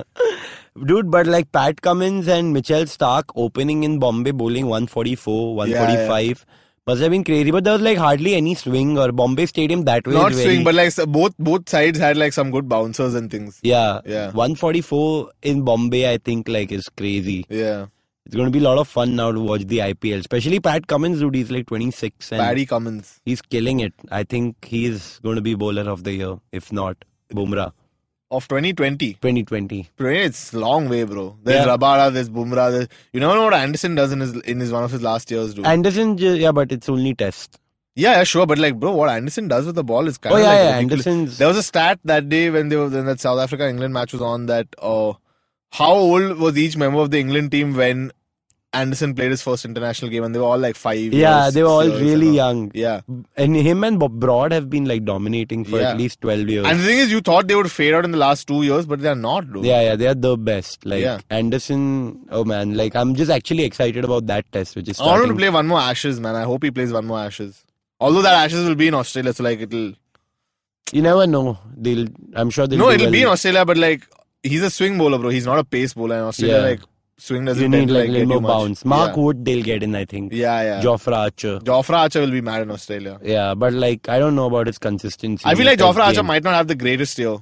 [SPEAKER 1] Dude, but like Pat Cummins and Mitchell Stark opening in Bombay bowling 144, 145 must have been crazy. But there was like hardly any swing or Bombay Stadium that way. is
[SPEAKER 2] Not
[SPEAKER 1] very-
[SPEAKER 2] swing, but like s- both both sides had like some good bouncers and things.
[SPEAKER 1] yeah,
[SPEAKER 2] Yeah.
[SPEAKER 1] 144 in Bombay, I think like is crazy.
[SPEAKER 2] Yeah,
[SPEAKER 1] It's going to be a lot of fun now to watch the IPL, especially Pat Cummins, dude. He's like 26 and
[SPEAKER 2] Paddy Cummins.
[SPEAKER 1] he's killing it. I think he's going to be bowler of the year, if not Bumrah
[SPEAKER 2] Of 2020,
[SPEAKER 1] 2020.
[SPEAKER 2] 20, it's long way, bro. There's
[SPEAKER 1] Yeah.
[SPEAKER 2] Rabada, there's Bumrah. There's, you never know what Anderson does in his in his one of his last years, dude.
[SPEAKER 1] Anderson, j- yeah, but it's only test.
[SPEAKER 2] yeah, yeah, sure, but like, bro, what Anderson does with the ball is kind
[SPEAKER 1] Oh,
[SPEAKER 2] of
[SPEAKER 1] yeah,
[SPEAKER 2] like
[SPEAKER 1] yeah,
[SPEAKER 2] ridiculous.
[SPEAKER 1] Anderson's.
[SPEAKER 2] There was a stat that day when they were when that South Africa England match was on that. Uh, how old was each member of the England team when Anderson played his first international game? And they were all like five.
[SPEAKER 1] Yeah,
[SPEAKER 2] years,
[SPEAKER 1] they were
[SPEAKER 2] six
[SPEAKER 1] all
[SPEAKER 2] years and
[SPEAKER 1] really
[SPEAKER 2] all.
[SPEAKER 1] young.
[SPEAKER 2] Yeah.
[SPEAKER 1] And him and Bob Broad have been like dominating for
[SPEAKER 2] Yeah.
[SPEAKER 1] at least 12 years.
[SPEAKER 2] And the thing is, you thought they would fade out in the last two years, but they are not, dude.
[SPEAKER 1] yeah, yeah, they are the best. Like
[SPEAKER 2] Yeah.
[SPEAKER 1] Anderson, oh man, like I'm just actually excited about that test, which is
[SPEAKER 2] I want him
[SPEAKER 1] starting.
[SPEAKER 2] to play one more Ashes, man. I hope he plays one more Ashes. Although that Ashes will be in Australia, so like it'll
[SPEAKER 1] You never know. They'll, I'm sure they'll.
[SPEAKER 2] no,
[SPEAKER 1] do
[SPEAKER 2] it'll
[SPEAKER 1] well.
[SPEAKER 2] be in Australia, but like he's a swing bowler, bro. He's not a pace bowler in Australia.
[SPEAKER 1] Yeah.
[SPEAKER 2] Like swing doesn't
[SPEAKER 1] You
[SPEAKER 2] tend
[SPEAKER 1] need
[SPEAKER 2] to,
[SPEAKER 1] like a
[SPEAKER 2] like get
[SPEAKER 1] little
[SPEAKER 2] you
[SPEAKER 1] more
[SPEAKER 2] much.
[SPEAKER 1] bounce. Mark
[SPEAKER 2] yeah.
[SPEAKER 1] Wood, they'll get in, I think.
[SPEAKER 2] yeah, yeah.
[SPEAKER 1] Jofra Archer.
[SPEAKER 2] Jofra Archer will be mad in Australia.
[SPEAKER 1] Yeah, but like I don't know about his consistency.
[SPEAKER 2] I feel
[SPEAKER 1] in
[SPEAKER 2] like
[SPEAKER 1] the
[SPEAKER 2] Jofra
[SPEAKER 1] test
[SPEAKER 2] Archer
[SPEAKER 1] game.
[SPEAKER 2] might not have the greatest year.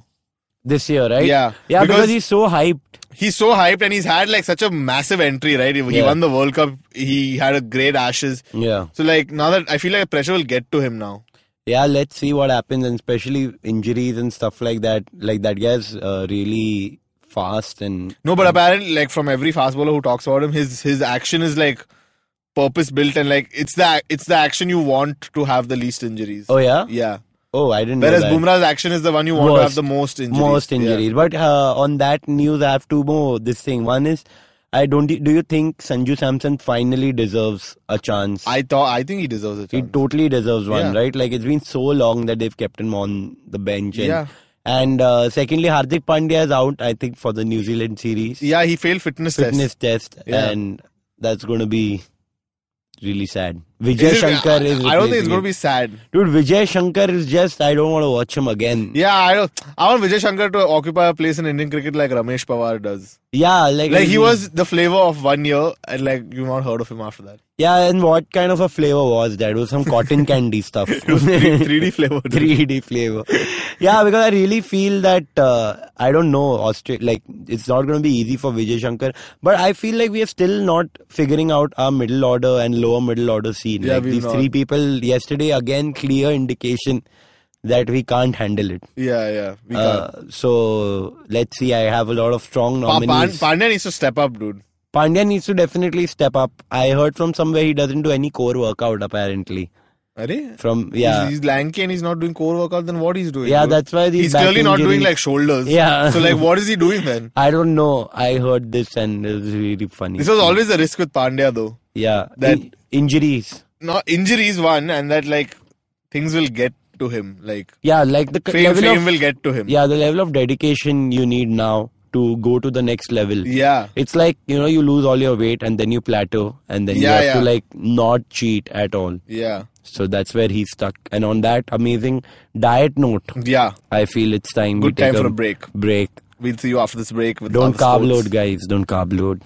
[SPEAKER 1] this year, right?
[SPEAKER 2] Yeah,
[SPEAKER 1] yeah, because,
[SPEAKER 2] because-
[SPEAKER 1] he's so hyped.
[SPEAKER 2] He's so hyped and he's had like such a massive entry, right? He he
[SPEAKER 1] Yeah.
[SPEAKER 2] won the World Cup. He had a great Ashes.
[SPEAKER 1] Yeah,
[SPEAKER 2] So like now that I feel like pressure will get to him now.
[SPEAKER 1] yeah. Let's see what happens, and especially injuries and stuff like that. Like that guy's uh, really fast and
[SPEAKER 2] No, but apparently, like from every fast bowler who talks about him, his his action is like purpose built and like it's the it's the action you want to have the least injuries.
[SPEAKER 1] oh yeah,
[SPEAKER 2] yeah.
[SPEAKER 1] oh I didn't.
[SPEAKER 2] Whereas
[SPEAKER 1] know that.
[SPEAKER 2] Bumrah's action is the one you want to have
[SPEAKER 1] Worst.
[SPEAKER 2] the most injuries.
[SPEAKER 1] most
[SPEAKER 2] Yeah.
[SPEAKER 1] injuries. But uh, on that news, I have two more. This thing. One is, I don't. Do you think Sanju Samson finally deserves a chance?
[SPEAKER 2] I thought I think he deserves it.
[SPEAKER 1] he totally deserves one,
[SPEAKER 2] Yeah.
[SPEAKER 1] right? Like it's been so long that they've kept him on the bench. And,
[SPEAKER 2] Yeah.
[SPEAKER 1] And uh, secondly, Hardik Pandya is out. I think for the New Zealand series
[SPEAKER 2] Yeah, he failed fitness,
[SPEAKER 1] fitness
[SPEAKER 2] test.
[SPEAKER 1] test,
[SPEAKER 2] Yeah.
[SPEAKER 1] and that's going to be really sad.
[SPEAKER 2] Is
[SPEAKER 1] Vijay
[SPEAKER 2] it-
[SPEAKER 1] Shankar is.
[SPEAKER 2] I don't think
[SPEAKER 1] replacing
[SPEAKER 2] it's going
[SPEAKER 1] him.
[SPEAKER 2] to be sad.
[SPEAKER 1] Dude, Vijay Shankar is just. I don't want to watch him again. Yeah,
[SPEAKER 2] Yeah, I don't. I want Vijay Shankar to occupy a place in Indian cricket like Ramesh Pawar does.
[SPEAKER 1] like
[SPEAKER 2] Like he
[SPEAKER 1] I mean-
[SPEAKER 2] was the flavor of one year, and like you've not heard of him after that.
[SPEAKER 1] Yeah, and what kind of a flavor was that? It was some
[SPEAKER 2] *laughs*
[SPEAKER 1] cotton candy stuff.
[SPEAKER 2] Three
[SPEAKER 1] *laughs*
[SPEAKER 2] D flavor. dude.
[SPEAKER 1] 3D flavor. Yeah, because I really feel that uh, I don't know Australia. Like it's not going to be easy for Vijay Shankar, but I feel like we are still not figuring out our middle order and lower middle order scene.
[SPEAKER 2] Yeah,
[SPEAKER 1] like
[SPEAKER 2] we've
[SPEAKER 1] these
[SPEAKER 2] not.
[SPEAKER 1] three people yesterday again clear indication that we can't handle it.
[SPEAKER 2] Yeah, yeah. We
[SPEAKER 1] Uh, so let's see. I have a lot of strong
[SPEAKER 2] can't. Pa- Pan-
[SPEAKER 1] nominees.
[SPEAKER 2] Pandya needs to step up, dude.
[SPEAKER 1] Pandya needs to definitely step up. I heard from somewhere he doesn't do any core workout apparently.
[SPEAKER 2] Are he's,
[SPEAKER 1] From yeah,
[SPEAKER 2] he's lanky and he's not doing core workout. Then what he's doing?
[SPEAKER 1] yeah,
[SPEAKER 2] dude?
[SPEAKER 1] that's why these
[SPEAKER 2] he's
[SPEAKER 1] back
[SPEAKER 2] clearly not doing
[SPEAKER 1] injuries-
[SPEAKER 2] like
[SPEAKER 1] *laughs*
[SPEAKER 2] shoulders.
[SPEAKER 1] Yeah.
[SPEAKER 2] So like, what is he
[SPEAKER 1] *laughs*
[SPEAKER 2] doing then?
[SPEAKER 1] I don't know. I heard this and it was really funny.
[SPEAKER 2] This was always the risk with Pandya, though.
[SPEAKER 1] yeah
[SPEAKER 2] that-
[SPEAKER 1] In- injuries.
[SPEAKER 2] No injuries, one, and that like things will get to him. Like
[SPEAKER 1] Yeah, like the c-
[SPEAKER 2] fame,
[SPEAKER 1] level
[SPEAKER 2] fame
[SPEAKER 1] of
[SPEAKER 2] will get to him.
[SPEAKER 1] yeah the level of dedication you need now to go to the next level.
[SPEAKER 2] Yeah.
[SPEAKER 1] It's like you know you lose all your weight and then you plateau and then you
[SPEAKER 2] Yeah,
[SPEAKER 1] have to
[SPEAKER 2] yeah.
[SPEAKER 1] like not cheat at all.
[SPEAKER 2] Yeah.
[SPEAKER 1] So that's where he's stuck. And on that amazing diet note,
[SPEAKER 2] Yeah.
[SPEAKER 1] I feel it's time we
[SPEAKER 2] Good
[SPEAKER 1] take
[SPEAKER 2] time for a break.
[SPEAKER 1] break.
[SPEAKER 2] We'll see you after this break. With
[SPEAKER 1] Don't
[SPEAKER 2] other
[SPEAKER 1] carb
[SPEAKER 2] sports.
[SPEAKER 1] load, guys. Don't carb load.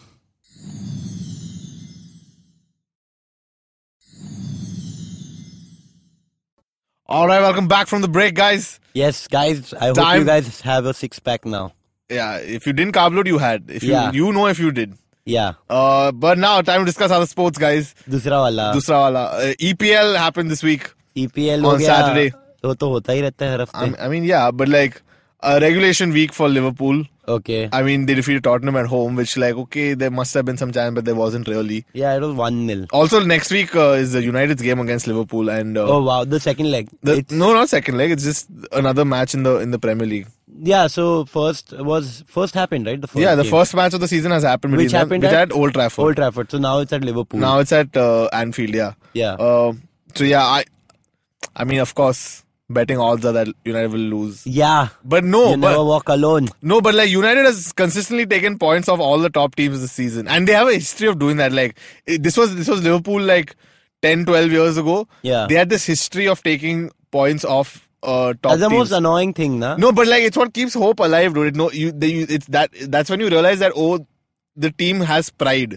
[SPEAKER 2] All right, welcome back from the break, guys.
[SPEAKER 1] Yes, guys. I hope
[SPEAKER 2] Time-
[SPEAKER 1] you guys have a six pack now.
[SPEAKER 2] Yeah, if you didn't carb load, you had. If
[SPEAKER 1] Yeah.
[SPEAKER 2] you you know if you did.
[SPEAKER 1] Yeah.
[SPEAKER 2] Uh, but now time to discuss other sports, guys.
[SPEAKER 1] दूसरा वाला
[SPEAKER 2] Dusra wala. Uh, EPL happened this week.
[SPEAKER 1] EPL
[SPEAKER 2] On
[SPEAKER 1] हो गया
[SPEAKER 2] Saturday.
[SPEAKER 1] वो तो होता ही रहता है हर
[SPEAKER 2] I'm-
[SPEAKER 1] हफ्ते
[SPEAKER 2] I mean, yeah, but like a regulation week for Liverpool.
[SPEAKER 1] Okay
[SPEAKER 2] I mean, they defeated Tottenham at home, which like okay, there must have been some chance, but there wasn't really.
[SPEAKER 1] Yeah it was 1 nil
[SPEAKER 2] Also, next week uh, is the United's game against Liverpool, and uh,
[SPEAKER 1] oh wow the second leg
[SPEAKER 2] the,
[SPEAKER 1] it's
[SPEAKER 2] no, not second leg. It's just another match in the in the Premier League.
[SPEAKER 1] yeah so first was first happened right the first
[SPEAKER 2] yeah, the
[SPEAKER 1] game.
[SPEAKER 2] first match of the season has happened,
[SPEAKER 1] Oh, which
[SPEAKER 2] between them,
[SPEAKER 1] happened
[SPEAKER 2] which
[SPEAKER 1] at,
[SPEAKER 2] at Old Trafford.
[SPEAKER 1] Old Trafford so now it's at Liverpool
[SPEAKER 2] Now it's at uh, Anfield. Yeah.
[SPEAKER 1] yeah
[SPEAKER 2] Um so yeah, I, I mean, of course, betting odds are that United will lose,
[SPEAKER 1] yeah
[SPEAKER 2] but no,
[SPEAKER 1] you
[SPEAKER 2] but
[SPEAKER 1] never walk alone
[SPEAKER 2] No, but like United has consistently taken points off all the top teams this season, and they have a history of doing that. Like it- this was this was Liverpool like 10, 12 years ago.
[SPEAKER 1] Yeah.
[SPEAKER 2] they had this history of taking points off uh, top
[SPEAKER 1] that's the
[SPEAKER 2] teams.
[SPEAKER 1] most annoying thing na
[SPEAKER 2] no, but like it's what keeps hope alive, dude. It, no, you, they, you, it's that that's when you realize that oh, the team has pride.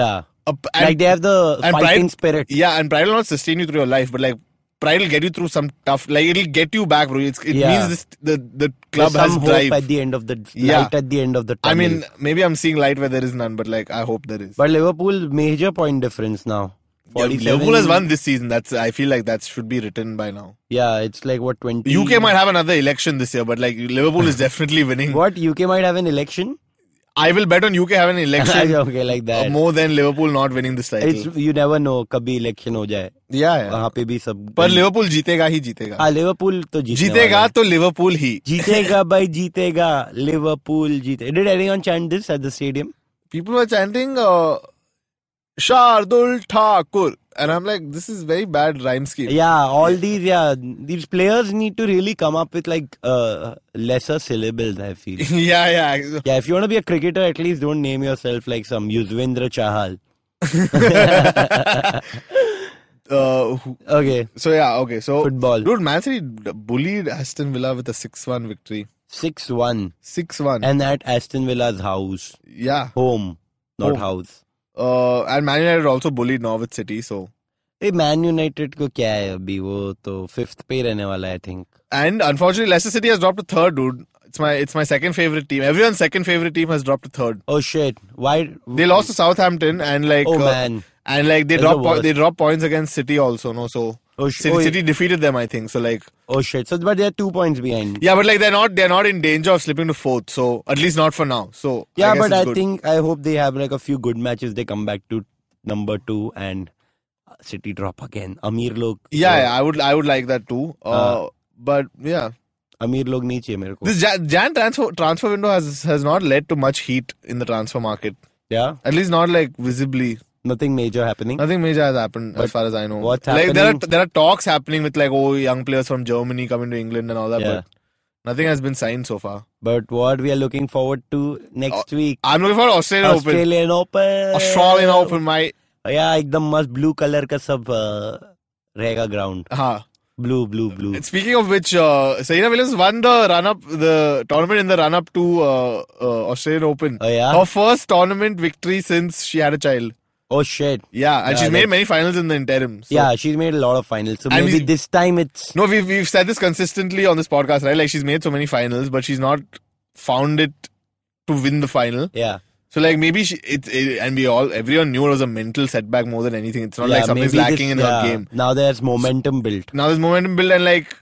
[SPEAKER 1] yeah
[SPEAKER 2] Uh, p- and-
[SPEAKER 1] like they have the
[SPEAKER 2] and
[SPEAKER 1] fighting
[SPEAKER 2] pride-
[SPEAKER 1] spirit
[SPEAKER 2] yeah, and pride will not sustain you through your life, but like. Pride will get you through some tough, like it'll get you back, bro. It's, it
[SPEAKER 1] Yeah.
[SPEAKER 2] means this, the the club
[SPEAKER 1] There's
[SPEAKER 2] has
[SPEAKER 1] some
[SPEAKER 2] drive.
[SPEAKER 1] hope at the end of the
[SPEAKER 2] Yeah.
[SPEAKER 1] light at the end of the
[SPEAKER 2] I
[SPEAKER 1] tunnel
[SPEAKER 2] mean, maybe I'm seeing light where there is none, but like I hope there is.
[SPEAKER 1] but Liverpool major point difference now
[SPEAKER 2] Yeah,
[SPEAKER 1] 47
[SPEAKER 2] Liverpool has won this season. That's I feel like that should be written by now.
[SPEAKER 1] yeah it's like what 20
[SPEAKER 2] UK might have another election this year, but like Liverpool
[SPEAKER 1] *laughs*
[SPEAKER 2] is definitely winning.
[SPEAKER 1] what UK might have an election
[SPEAKER 2] *laughs*
[SPEAKER 1] *laughs*
[SPEAKER 2] I will bet on UK having an *laughs* election
[SPEAKER 1] okay, like
[SPEAKER 2] uh,
[SPEAKER 1] that.
[SPEAKER 2] more than Liverpool not winning this title. Uh,
[SPEAKER 1] It's you never know कभी election हो जाए
[SPEAKER 2] yeah, Ah, yeah.
[SPEAKER 1] वहाँ पे भी सब
[SPEAKER 2] पर Liverpool जीतेगा ही जीतेगा
[SPEAKER 1] हाँ लिवरपूल तो जीतने वाला
[SPEAKER 2] *laughs* जीतेगा
[SPEAKER 1] है।
[SPEAKER 2] तो लिवरपूल ही
[SPEAKER 1] जीतेगा भाई जीतेगा लिवरपूल जीते did anyone chant this at the stadium
[SPEAKER 2] people were chanting uh, Shardul Thakur and I'm like this is very bad rhyme scheme.
[SPEAKER 1] Yeah all these yeah these players need to really come up with like lesser uh, syllables I feel
[SPEAKER 2] *laughs* yeah, yeah.
[SPEAKER 1] Yeah, if you want to be a cricketer, at least don't name yourself like some Yuzvendra
[SPEAKER 2] *laughs*
[SPEAKER 1] Chahal.
[SPEAKER 2] Uh, who-
[SPEAKER 1] Okay,
[SPEAKER 2] So yeah, okay. So
[SPEAKER 1] Football.
[SPEAKER 2] dude, Man City d- bullied Aston Villa with a six-one victory.
[SPEAKER 1] 6-1.
[SPEAKER 2] Six-one.
[SPEAKER 1] And at Aston Villa's house.
[SPEAKER 2] yeah.
[SPEAKER 1] Home, not
[SPEAKER 2] Home.
[SPEAKER 1] house.
[SPEAKER 2] Uh, and Man United also bullied Norwich City. So
[SPEAKER 1] ए Man United को क्या है अभी वो तो fifth पे ही रहने वाला I think
[SPEAKER 2] and unfortunately, Leicester City has dropped to third, dude. It's my it's my second favorite team. Everyone's second favorite team has dropped to third.
[SPEAKER 1] Oh shit why
[SPEAKER 2] They lost to Southampton and like
[SPEAKER 1] Oh,
[SPEAKER 2] uh,
[SPEAKER 1] man.
[SPEAKER 2] and like they
[SPEAKER 1] That's the
[SPEAKER 2] dropped po-
[SPEAKER 1] worst.
[SPEAKER 2] they dropped points against City also. No, so
[SPEAKER 1] Oh, sh-
[SPEAKER 2] City,
[SPEAKER 1] oh, yeah.
[SPEAKER 2] City defeated them, I think. So like
[SPEAKER 1] Oh shit! So, but they're two points behind.
[SPEAKER 2] Yeah, but like they're not they're not in danger of slipping to fourth. So at least not for now. So
[SPEAKER 1] Yeah,
[SPEAKER 2] guess
[SPEAKER 1] but
[SPEAKER 2] it's
[SPEAKER 1] I
[SPEAKER 2] good.
[SPEAKER 1] think I hope they have like a few good matches. They come back to number two and City drop again. Amir oh, log.
[SPEAKER 2] yeah, yeah, I would I would like that too. Uh,
[SPEAKER 1] Uh,
[SPEAKER 2] but yeah,
[SPEAKER 1] Amir log niche hai mere ko.
[SPEAKER 2] this Jan, Jan transfer transfer window has has not led to much heat in the transfer market.
[SPEAKER 1] Yeah,
[SPEAKER 2] At least not like visibly.
[SPEAKER 1] nothing major happening.
[SPEAKER 2] Nothing major has happened as
[SPEAKER 1] But
[SPEAKER 2] far as I know.
[SPEAKER 1] what's
[SPEAKER 2] like there are
[SPEAKER 1] happening-
[SPEAKER 2] there are talks happening with like oh young players from Germany coming to England and all that,
[SPEAKER 1] Yeah.
[SPEAKER 2] but nothing has been signed so far.
[SPEAKER 1] But what we are looking forward to next week.
[SPEAKER 2] I'm looking for Australian Open.
[SPEAKER 1] Australian Open.
[SPEAKER 2] Australian Open, my
[SPEAKER 1] Yeah, एकदम मस्त blue colour का सब uh, रहेगा ground
[SPEAKER 2] huh.
[SPEAKER 1] Blue blue blue
[SPEAKER 2] And Speaking of which, uh, Serena Williams won the run up, the tournament in the run up to uh, uh, Australian Open.
[SPEAKER 1] Oh yeah.
[SPEAKER 2] Her first tournament victory since she had a child.
[SPEAKER 1] Oh shit.
[SPEAKER 2] Yeah, and
[SPEAKER 1] Yeah,
[SPEAKER 2] she's made
[SPEAKER 1] that's-
[SPEAKER 2] many finals in the interim. So.
[SPEAKER 1] Yeah, she's made a lot of finals. So
[SPEAKER 2] I
[SPEAKER 1] maybe
[SPEAKER 2] mean-
[SPEAKER 1] this time it's
[SPEAKER 2] No, we've, we've said this consistently on this podcast, right? Like, she's made so many finals, but she's not found it to win the final.
[SPEAKER 1] yeah.
[SPEAKER 2] So, like, maybe she, it, it, and we all, everyone knew it was a mental setback more than anything. It's not
[SPEAKER 1] yeah,
[SPEAKER 2] like something's
[SPEAKER 1] maybe
[SPEAKER 2] lacking
[SPEAKER 1] this-
[SPEAKER 2] in
[SPEAKER 1] yeah,
[SPEAKER 2] her game.
[SPEAKER 1] Now there's momentum built.
[SPEAKER 2] Now there's momentum build, and like,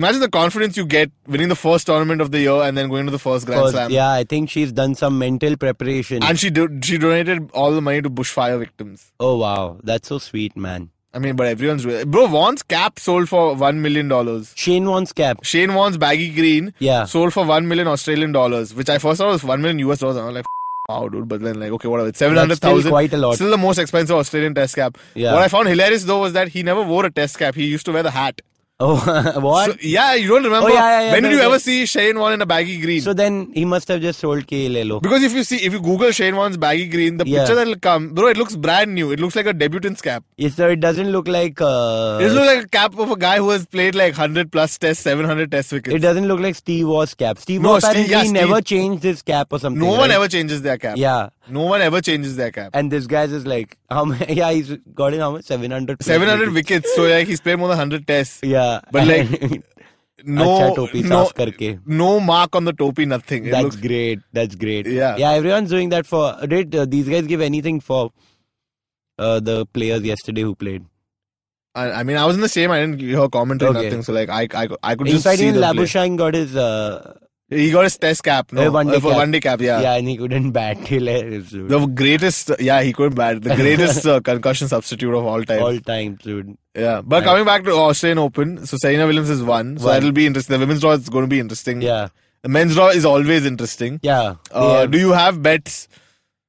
[SPEAKER 2] imagine the confidence you get winning the first tournament of the year and then going to the first Grand
[SPEAKER 1] First,
[SPEAKER 2] Slam.
[SPEAKER 1] yeah, I think she's done some mental preparation.
[SPEAKER 2] And she do- she donated all the money to bushfire victims.
[SPEAKER 1] oh wow, that's so sweet, man.
[SPEAKER 2] I mean, but everyone's doing bro. Vaughn's cap sold for one million dollars.
[SPEAKER 1] Shane wants cap.
[SPEAKER 2] Shane Vaughn's baggy green
[SPEAKER 1] Yeah. *laughs*
[SPEAKER 2] sold for one million Australian dollars, which I first thought was one million US dollars. I was like, wow, dude. But then like, okay, whatever. It's seven
[SPEAKER 1] That's
[SPEAKER 2] hundred
[SPEAKER 1] still
[SPEAKER 2] thousand.
[SPEAKER 1] quite a lot.
[SPEAKER 2] Still the most expensive Australian test cap.
[SPEAKER 1] Yeah.
[SPEAKER 2] What I found hilarious though was that he never wore a test cap. He used to wear the hat.
[SPEAKER 1] oh *laughs* what?
[SPEAKER 2] So, yeah, you don't remember.
[SPEAKER 1] Oh, yeah, yeah, yeah,
[SPEAKER 2] when did
[SPEAKER 1] no,
[SPEAKER 2] you
[SPEAKER 1] no.
[SPEAKER 2] ever see Shane Vaughan in a baggy green?
[SPEAKER 1] So then he must have just sold K Lelo.
[SPEAKER 2] because if you see, if you Google Shane Vaughan's baggy green, the
[SPEAKER 1] Yeah. Uh,
[SPEAKER 2] picture that'll come, bro, it looks brand new. It looks like a debutant's cap.
[SPEAKER 1] So it doesn't look like uh,
[SPEAKER 2] This looks like a cap of a guy who has played like 100 plus tests, 700 test
[SPEAKER 1] it
[SPEAKER 2] wickets.
[SPEAKER 1] doesn't look like Steve was cap. Steve
[SPEAKER 2] No,
[SPEAKER 1] was
[SPEAKER 2] Steve-
[SPEAKER 1] apparently
[SPEAKER 2] yeah, Steve-
[SPEAKER 1] never changed his cap or something.
[SPEAKER 2] No one
[SPEAKER 1] right?
[SPEAKER 2] ever changes their cap.
[SPEAKER 1] Yeah.
[SPEAKER 2] No one ever changes their cap.
[SPEAKER 1] And this guy's is like how many, *laughs* yeah, he's got in how much? Seven hundred.
[SPEAKER 2] 700 wickets, so like he's played more than 100 tests.
[SPEAKER 1] Yeah.
[SPEAKER 2] But
[SPEAKER 1] *laughs*
[SPEAKER 2] like,
[SPEAKER 1] And-
[SPEAKER 2] No,
[SPEAKER 1] Acha topi
[SPEAKER 2] no,
[SPEAKER 1] saaf karke.
[SPEAKER 2] no mark on the topi, nothing. It
[SPEAKER 1] That's
[SPEAKER 2] looks-
[SPEAKER 1] great. That's great.
[SPEAKER 2] Yeah.
[SPEAKER 1] Yeah. Everyone's doing that for. Did uh, these guys give anything for uh, the players yesterday who played?
[SPEAKER 2] I, I mean, I was in the same. I didn't hear commentary,
[SPEAKER 1] Okay.
[SPEAKER 2] nothing. So like, I I, I could just
[SPEAKER 1] Inside
[SPEAKER 2] see
[SPEAKER 1] even
[SPEAKER 2] them play.
[SPEAKER 1] Labuschagne got his uh,
[SPEAKER 2] He got his test cap. No,
[SPEAKER 1] Uh, one day
[SPEAKER 2] uh, for
[SPEAKER 1] cap.
[SPEAKER 2] one day cap. Yeah.
[SPEAKER 1] yeah. and he couldn't *laughs* bat. Hilarious, dude.
[SPEAKER 2] The greatest, yeah, he couldn't bat. The
[SPEAKER 1] *laughs*
[SPEAKER 2] greatest uh, concussion substitute of all time.
[SPEAKER 1] All time, dude.
[SPEAKER 2] Yeah, but
[SPEAKER 1] Right.
[SPEAKER 2] coming back to Australian Open, so Serena Williams is one, so
[SPEAKER 1] One.
[SPEAKER 2] that'll be interesting. The women's draw is going to be interesting.
[SPEAKER 1] Yeah.
[SPEAKER 2] the men's draw is always interesting.
[SPEAKER 1] Yeah. They
[SPEAKER 2] Uh,
[SPEAKER 1] have-
[SPEAKER 2] Do you have bets?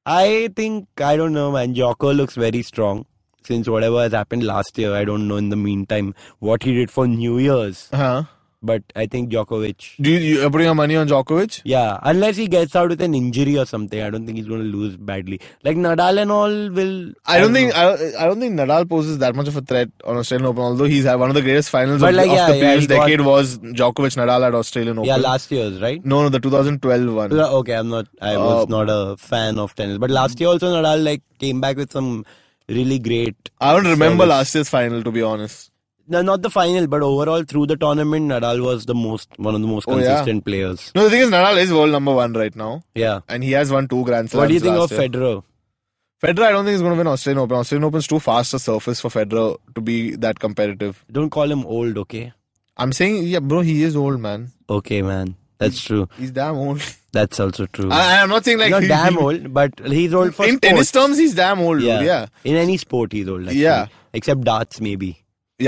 [SPEAKER 1] I think I don't know, man. Jocko looks very strong since whatever has happened last year. I don't know in the meantime what he did for New Year's,
[SPEAKER 2] Huh?
[SPEAKER 1] but I think Djokovic.
[SPEAKER 2] Do you, you are putting your money on Djokovic?
[SPEAKER 1] Yeah, unless he gets out with an injury or something, I don't think he's going to lose badly. Like Nadal and all will.
[SPEAKER 2] I don't think
[SPEAKER 1] know.
[SPEAKER 2] I, I don't think Nadal poses that much of a threat on Australian Open. Although he's had one of the greatest finals
[SPEAKER 1] But
[SPEAKER 2] of,
[SPEAKER 1] like,
[SPEAKER 2] of
[SPEAKER 1] yeah,
[SPEAKER 2] the
[SPEAKER 1] yeah,
[SPEAKER 2] previous
[SPEAKER 1] he got-
[SPEAKER 2] decade was Djokovic Nadal at Australian Open.
[SPEAKER 1] yeah, last year's right.
[SPEAKER 2] no, no, the 2012 one.
[SPEAKER 1] Yeah, Okay, I'm not. I was
[SPEAKER 2] Hmm. Uh,
[SPEAKER 1] not a fan of tennis, but last year also Nadal like came back with some really great.
[SPEAKER 2] I don't remember
[SPEAKER 1] service.
[SPEAKER 2] last year's final to be honest.
[SPEAKER 1] No, not the final, but overall through the tournament, Nadal was the most one of the most
[SPEAKER 2] Oh, yeah.
[SPEAKER 1] consistent players.
[SPEAKER 2] No, the thing is Nadal is world number one right now,
[SPEAKER 1] Yeah.
[SPEAKER 2] and he has won two Grand Slams.
[SPEAKER 1] What do you think
[SPEAKER 2] last
[SPEAKER 1] of
[SPEAKER 2] year.
[SPEAKER 1] Federer?
[SPEAKER 2] Federer, I don't think he's going to win Australian Open. Australian Open's too fast a surface for Federer to be that competitive.
[SPEAKER 1] Don't call him old, okay?
[SPEAKER 2] I'm saying, yeah, bro, he is old, man.
[SPEAKER 1] Okay, man. That's true.
[SPEAKER 2] He's damn old. *laughs*
[SPEAKER 1] That's also true.
[SPEAKER 2] Hmm. I, I'm not saying like
[SPEAKER 1] He's not
[SPEAKER 2] he-
[SPEAKER 1] damn
[SPEAKER 2] he-
[SPEAKER 1] old, but he's old for
[SPEAKER 2] In
[SPEAKER 1] sport.
[SPEAKER 2] tennis terms, he's damn old. dude,
[SPEAKER 1] yeah.
[SPEAKER 2] Yeah, yeah,
[SPEAKER 1] In any sport, he's old. Actually.
[SPEAKER 2] Yeah.
[SPEAKER 1] Except darts, maybe.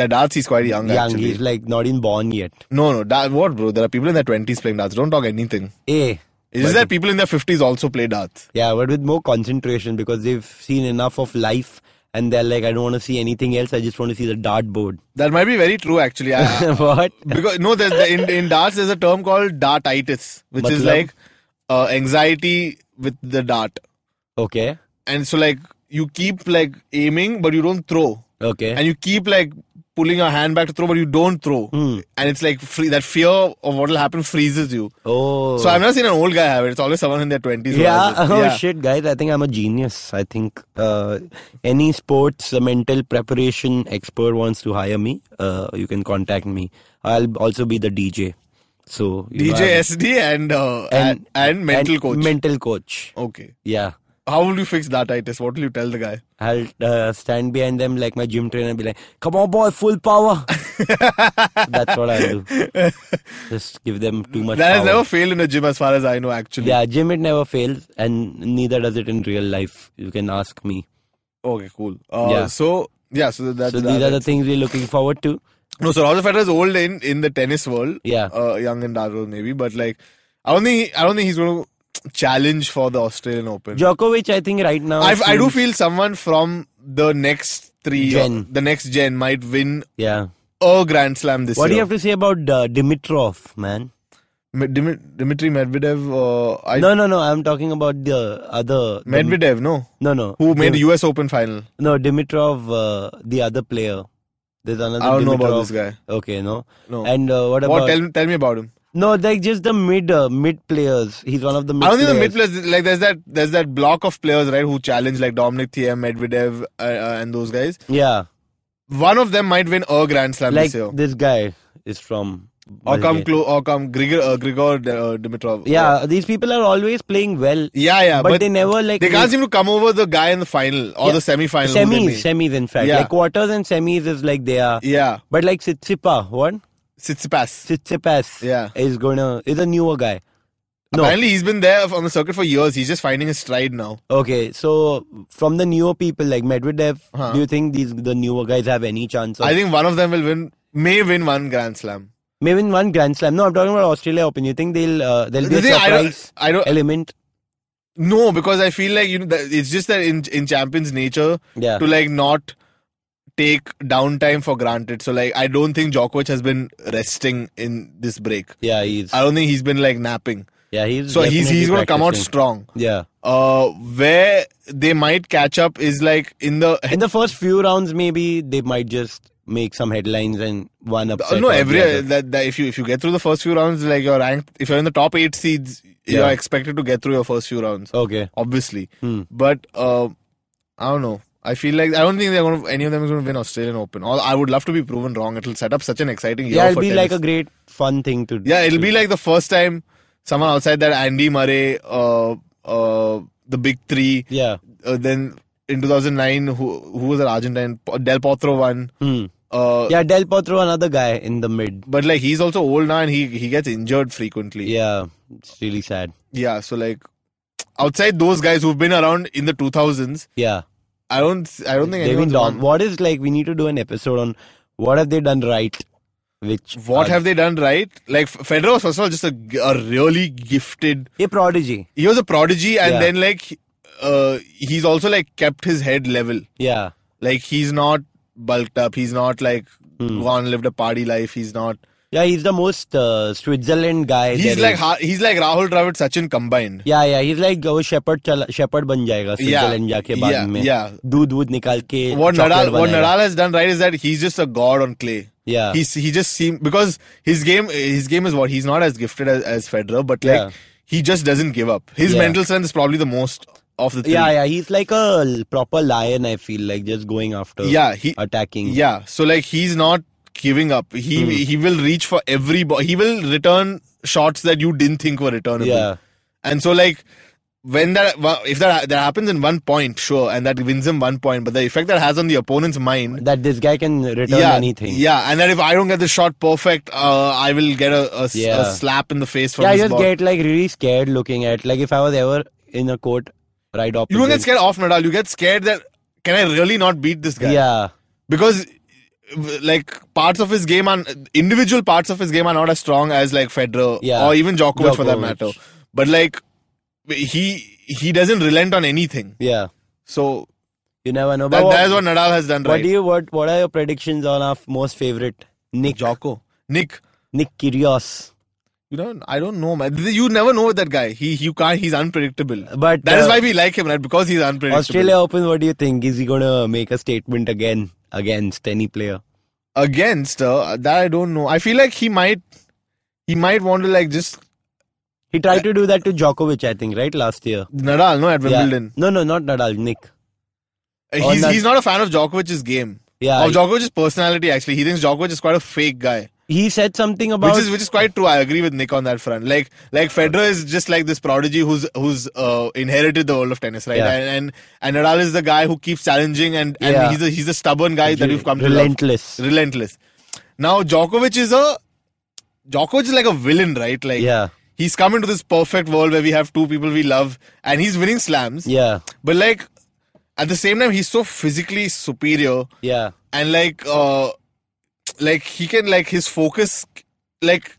[SPEAKER 2] darts. He's quite young,
[SPEAKER 1] Young.
[SPEAKER 2] actually.
[SPEAKER 1] He's like not even born yet.
[SPEAKER 2] No, no, da- what, bro? There are people in their twenties playing darts. Don't talk anything.
[SPEAKER 1] Eh.
[SPEAKER 2] It's just that people in their fifties also play darts.
[SPEAKER 1] Yeah, but with more concentration because they've seen enough of life and they're like, I don't want to see anything else. I just want to see the dartboard. *laughs*
[SPEAKER 2] That might be very true, actually. I, I-
[SPEAKER 1] what?
[SPEAKER 2] because no, there's the, in in darts there's a term called dartitis, which is
[SPEAKER 1] Matlab?
[SPEAKER 2] like uh, anxiety with the dart.
[SPEAKER 1] Okay.
[SPEAKER 2] and so like you keep like aiming but you don't throw
[SPEAKER 1] Okay.
[SPEAKER 2] and you keep like pulling your hand back to throw but you don't throw
[SPEAKER 1] Hmm.
[SPEAKER 2] and it's like free that fear of what will happen freezes you
[SPEAKER 1] Oh.
[SPEAKER 2] so i've never seen an old guy have it it's always someone in their 20s who
[SPEAKER 1] Yeah.
[SPEAKER 2] has it.
[SPEAKER 1] *laughs* Oh
[SPEAKER 2] yeah.
[SPEAKER 1] shit, guys! I think I'm a genius. I think uh, any sports uh, mental preparation expert wants to hire me. Uh, you can contact me. I'll also be the DJ. So you know,
[SPEAKER 2] dj
[SPEAKER 1] I'll-
[SPEAKER 2] sd and uh, and, and mental
[SPEAKER 1] and
[SPEAKER 2] coach
[SPEAKER 1] Mental coach.
[SPEAKER 2] okay
[SPEAKER 1] Yeah.
[SPEAKER 2] how will you fix dartitis what will you tell the guy
[SPEAKER 1] I'll uh, stand behind them like my gym trainer and be like, "Come on, boy, full power." That's what I do.
[SPEAKER 2] *laughs*
[SPEAKER 1] Just give them too much.
[SPEAKER 2] that has
[SPEAKER 1] power.
[SPEAKER 2] never failed in a gym, as far as I know. Actually,
[SPEAKER 1] Yeah, gym it never fails, and neither does it in real life. You can ask me.
[SPEAKER 2] Okay, cool. Uh,
[SPEAKER 1] Yeah.
[SPEAKER 2] So yeah, so that's
[SPEAKER 1] so these are the things we're looking forward to.
[SPEAKER 2] no. So Roger Federer is old in in the tennis world.
[SPEAKER 1] Yeah.
[SPEAKER 2] uh, young and Darul maybe, but like I don't think I don't think he's going to challenge for the Australian Open.
[SPEAKER 1] Djokovic, I think right now.
[SPEAKER 2] I, I do
[SPEAKER 1] seems-
[SPEAKER 2] feel someone from the next three,
[SPEAKER 1] Gen.
[SPEAKER 2] the next gen might win
[SPEAKER 1] Yeah.
[SPEAKER 2] a Grand Slam this
[SPEAKER 1] What do you
[SPEAKER 2] year.
[SPEAKER 1] have to say about uh, Dimitrov, man?
[SPEAKER 2] Mi- Dimi- Dmitry Medvedev, uh, I,
[SPEAKER 1] No, no, no. I'm talking about the other. the-
[SPEAKER 2] Medvedev, no,
[SPEAKER 1] no, no.
[SPEAKER 2] who made
[SPEAKER 1] Dim-
[SPEAKER 2] U.S. Open final.
[SPEAKER 1] No, Dimitrov, uh, the other player. There's another.
[SPEAKER 2] I don't know
[SPEAKER 1] Dimitrov.
[SPEAKER 2] about this guy.
[SPEAKER 1] Okay, no.
[SPEAKER 2] No.
[SPEAKER 1] And uh, what about?
[SPEAKER 2] What? Tell tell me about him.
[SPEAKER 1] no, like just the mid uh, mid players. He's one of the. Mid
[SPEAKER 2] I don't think the mid
[SPEAKER 1] players.
[SPEAKER 2] players like there's that there's that block of players right who challenge like Dominic Thiem, Medvedev, uh, uh, and those guys.
[SPEAKER 1] Yeah,
[SPEAKER 2] One of them might win a Grand Slam
[SPEAKER 1] like
[SPEAKER 2] this year.
[SPEAKER 1] this guy is from.
[SPEAKER 2] Or come
[SPEAKER 1] Bulgaria.
[SPEAKER 2] close, or come Grigor, uh, Grigor uh, Dimitrov.
[SPEAKER 1] Yeah, these people are always playing well,
[SPEAKER 2] Yeah, yeah,
[SPEAKER 1] but, they never like
[SPEAKER 2] they can't
[SPEAKER 1] make
[SPEAKER 2] seem to come over the guy in the final or
[SPEAKER 1] Yeah.
[SPEAKER 2] the semi final.
[SPEAKER 1] semis. Semis, in fact,
[SPEAKER 2] Yeah.
[SPEAKER 1] like quarters and semis is like they are.
[SPEAKER 2] Yeah,
[SPEAKER 1] But like Sitsipa, what?
[SPEAKER 2] Tsitsipas.
[SPEAKER 1] Sitsipas
[SPEAKER 2] Yeah.
[SPEAKER 1] is gonna is a newer guy. No,
[SPEAKER 2] Apparently, he's been there on the circuit for years. He's just finding his stride now.
[SPEAKER 1] okay. So from the newer people like Medvedev,
[SPEAKER 2] Huh.
[SPEAKER 1] do you think these the newer guys have any chance? Of,
[SPEAKER 2] I think one of them will win, may win one Grand Slam.
[SPEAKER 1] maybe in one Grand Slam. No, I'm talking about Australia Open. You think they'll uh, they'll be
[SPEAKER 2] The
[SPEAKER 1] a
[SPEAKER 2] thing, I
[SPEAKER 1] surprise
[SPEAKER 2] don't, I don't
[SPEAKER 1] element?
[SPEAKER 2] know because I feel like you know that it's just that in in champions' nature
[SPEAKER 1] Yeah,
[SPEAKER 2] to like not take downtime for granted. So like, I don't think Djokovic has been resting in this break.
[SPEAKER 1] yeah, he's
[SPEAKER 2] I don't think he's been like napping.
[SPEAKER 1] yeah he's
[SPEAKER 2] So he's
[SPEAKER 1] definitely
[SPEAKER 2] he's gonna come out
[SPEAKER 1] practicing.
[SPEAKER 2] strong.
[SPEAKER 1] Yeah,
[SPEAKER 2] uh, where they might catch up is like in the
[SPEAKER 1] in the first few rounds, maybe they might just make some headlines and one upset.
[SPEAKER 2] no
[SPEAKER 1] or the
[SPEAKER 2] every
[SPEAKER 1] other.
[SPEAKER 2] that, that if you if you get through the first few rounds like you're ranked if you're in the top eight seeds you're
[SPEAKER 1] Yeah.
[SPEAKER 2] expected to get through your first few rounds
[SPEAKER 1] Okay,
[SPEAKER 2] obviously
[SPEAKER 1] Hmm.
[SPEAKER 2] but uh, I don't know I feel like I don't think they're gonna any of them is gonna win Australian Open All, I would love to be proven wrong it'll set up such an exciting year
[SPEAKER 1] yeah,
[SPEAKER 2] for
[SPEAKER 1] it'll be
[SPEAKER 2] tennis.
[SPEAKER 1] like a great fun thing to.
[SPEAKER 2] yeah it'll
[SPEAKER 1] to-
[SPEAKER 2] be like the first time someone outside that Andy Murray uh, uh, the big three
[SPEAKER 1] yeah.
[SPEAKER 2] uh, then in 2009 who who was an Argentine Del Potro won
[SPEAKER 1] Hmm.
[SPEAKER 2] uh,
[SPEAKER 1] Yeah, Del Potro, another guy in the mid.
[SPEAKER 2] but like he's also old now and he he gets injured frequently yeah,
[SPEAKER 1] Yeah, it's really sad.
[SPEAKER 2] so like outside those guys who've been around in the 2000s
[SPEAKER 1] Yeah,
[SPEAKER 2] i don't i don't think
[SPEAKER 1] they've been
[SPEAKER 2] anyone's
[SPEAKER 1] done.
[SPEAKER 2] won.
[SPEAKER 1] What is like? We need to do an episode on what have they done right, which
[SPEAKER 2] what
[SPEAKER 1] are-
[SPEAKER 2] have they done right like federer was first of all just a, g- a really gifted
[SPEAKER 1] a prodigy?
[SPEAKER 2] he was a prodigy and
[SPEAKER 1] Yeah.
[SPEAKER 2] then like uh he's also like kept his head level
[SPEAKER 1] Yeah,
[SPEAKER 2] like he's not bulked up he's not like
[SPEAKER 1] Hmm.
[SPEAKER 2] gone lived a party life he's not
[SPEAKER 1] yeah, he's the most uh, Switzerland guy.
[SPEAKER 2] he's
[SPEAKER 1] there
[SPEAKER 2] like
[SPEAKER 1] is.
[SPEAKER 2] ha- he's like rahul dravid sachin combined
[SPEAKER 1] या या he's like वो shepherd चला shepherd बन जाएगा Switzerland जाके बाद
[SPEAKER 2] yeah,
[SPEAKER 1] में
[SPEAKER 2] yeah.
[SPEAKER 1] दूध दूध निकाल के
[SPEAKER 2] what Nadal
[SPEAKER 1] chocolate
[SPEAKER 2] what
[SPEAKER 1] बनाएगा.
[SPEAKER 2] Nadal has done right is that he's just a god on clay.
[SPEAKER 1] Yeah.
[SPEAKER 2] He's he just seem because his game his game is what he's not as gifted as, as Federer, but like
[SPEAKER 1] Yeah.
[SPEAKER 2] he just doesn't give up. His
[SPEAKER 1] Yeah.
[SPEAKER 2] mental strength is probably the most of the three.
[SPEAKER 1] yeah yeah he's like a proper lion I feel like just going after
[SPEAKER 2] Yeah, he
[SPEAKER 1] attacking
[SPEAKER 2] yeah. So like he's not giving up. He
[SPEAKER 1] Hmm.
[SPEAKER 2] he will reach for every ball. He will return shots that you didn't think were returnable.
[SPEAKER 1] yeah
[SPEAKER 2] And so like when that if that that happens in one point, sure, and that wins him one point, but the effect that has on the opponent's mind
[SPEAKER 1] that this guy can return
[SPEAKER 2] yeah,
[SPEAKER 1] anything
[SPEAKER 2] Yeah, and then if I don't get the shot perfect, uh, I will get a, a s- a
[SPEAKER 1] Yeah.
[SPEAKER 2] slap in the face from
[SPEAKER 1] yeah I
[SPEAKER 2] this
[SPEAKER 1] just
[SPEAKER 2] ball.
[SPEAKER 1] get like really scared looking at like if I was ever in a court right opposite
[SPEAKER 2] you don't get scared off Nadal. You get scared that can I really not beat this guy?
[SPEAKER 1] yeah
[SPEAKER 2] Because w- like parts of his game are individual parts of his game are not as strong as like Federer
[SPEAKER 1] Yeah.
[SPEAKER 2] or even Djokovic, for that
[SPEAKER 1] Djokovic.
[SPEAKER 2] matter. But like he he doesn't relent on anything.
[SPEAKER 1] yeah
[SPEAKER 2] So
[SPEAKER 1] you never know
[SPEAKER 2] that,
[SPEAKER 1] but
[SPEAKER 2] that is what Nadal has done
[SPEAKER 1] what
[SPEAKER 2] right.
[SPEAKER 1] do you what what are your predictions on our most favorite Nick
[SPEAKER 2] Joko. Nick.
[SPEAKER 1] Nick Kyrgios
[SPEAKER 2] You know, I don't know, man. You never know with that guy. He you can't. He's unpredictable.
[SPEAKER 1] but
[SPEAKER 2] That is
[SPEAKER 1] uh,
[SPEAKER 2] why we like him, right? Because he's unpredictable.
[SPEAKER 1] Australia Open, what do you think? Is he gonna make a statement again against any player?
[SPEAKER 2] against uh, that I don't know. I feel like he might, he might want to like just
[SPEAKER 1] He tried to do that to Djokovic, I think, right last year.
[SPEAKER 2] Nadal, no, at
[SPEAKER 1] Yeah.
[SPEAKER 2] Wimbledon.
[SPEAKER 1] No, no, not Nadal, Nick.
[SPEAKER 2] Uh, He's
[SPEAKER 1] Or Nad-
[SPEAKER 2] he's not a fan of Djokovic's game.
[SPEAKER 1] Yeah,
[SPEAKER 2] of Djokovic's personality, actually, he thinks Djokovic is quite a fake guy,
[SPEAKER 1] he said something about
[SPEAKER 2] which is which is quite true. I agree with Nick on that front. Like like Federer is just like this prodigy who's who's uh, inherited the world of tennis, right?
[SPEAKER 1] Yeah.
[SPEAKER 2] And, and and Nadal is the guy who keeps challenging, and, and
[SPEAKER 1] Yeah.
[SPEAKER 2] he's a, he's a stubborn guy that
[SPEAKER 1] re-
[SPEAKER 2] we've come to love.
[SPEAKER 1] relentless.
[SPEAKER 2] relentless. Now Djokovic is a Djokovic is like a villain, right? Like
[SPEAKER 1] Yeah.
[SPEAKER 2] he's come into this perfect world where we have two people we love and he's winning slams.
[SPEAKER 1] Yeah.
[SPEAKER 2] But like at the same time he's so physically superior
[SPEAKER 1] Yeah.
[SPEAKER 2] and like uh like he can like his focus like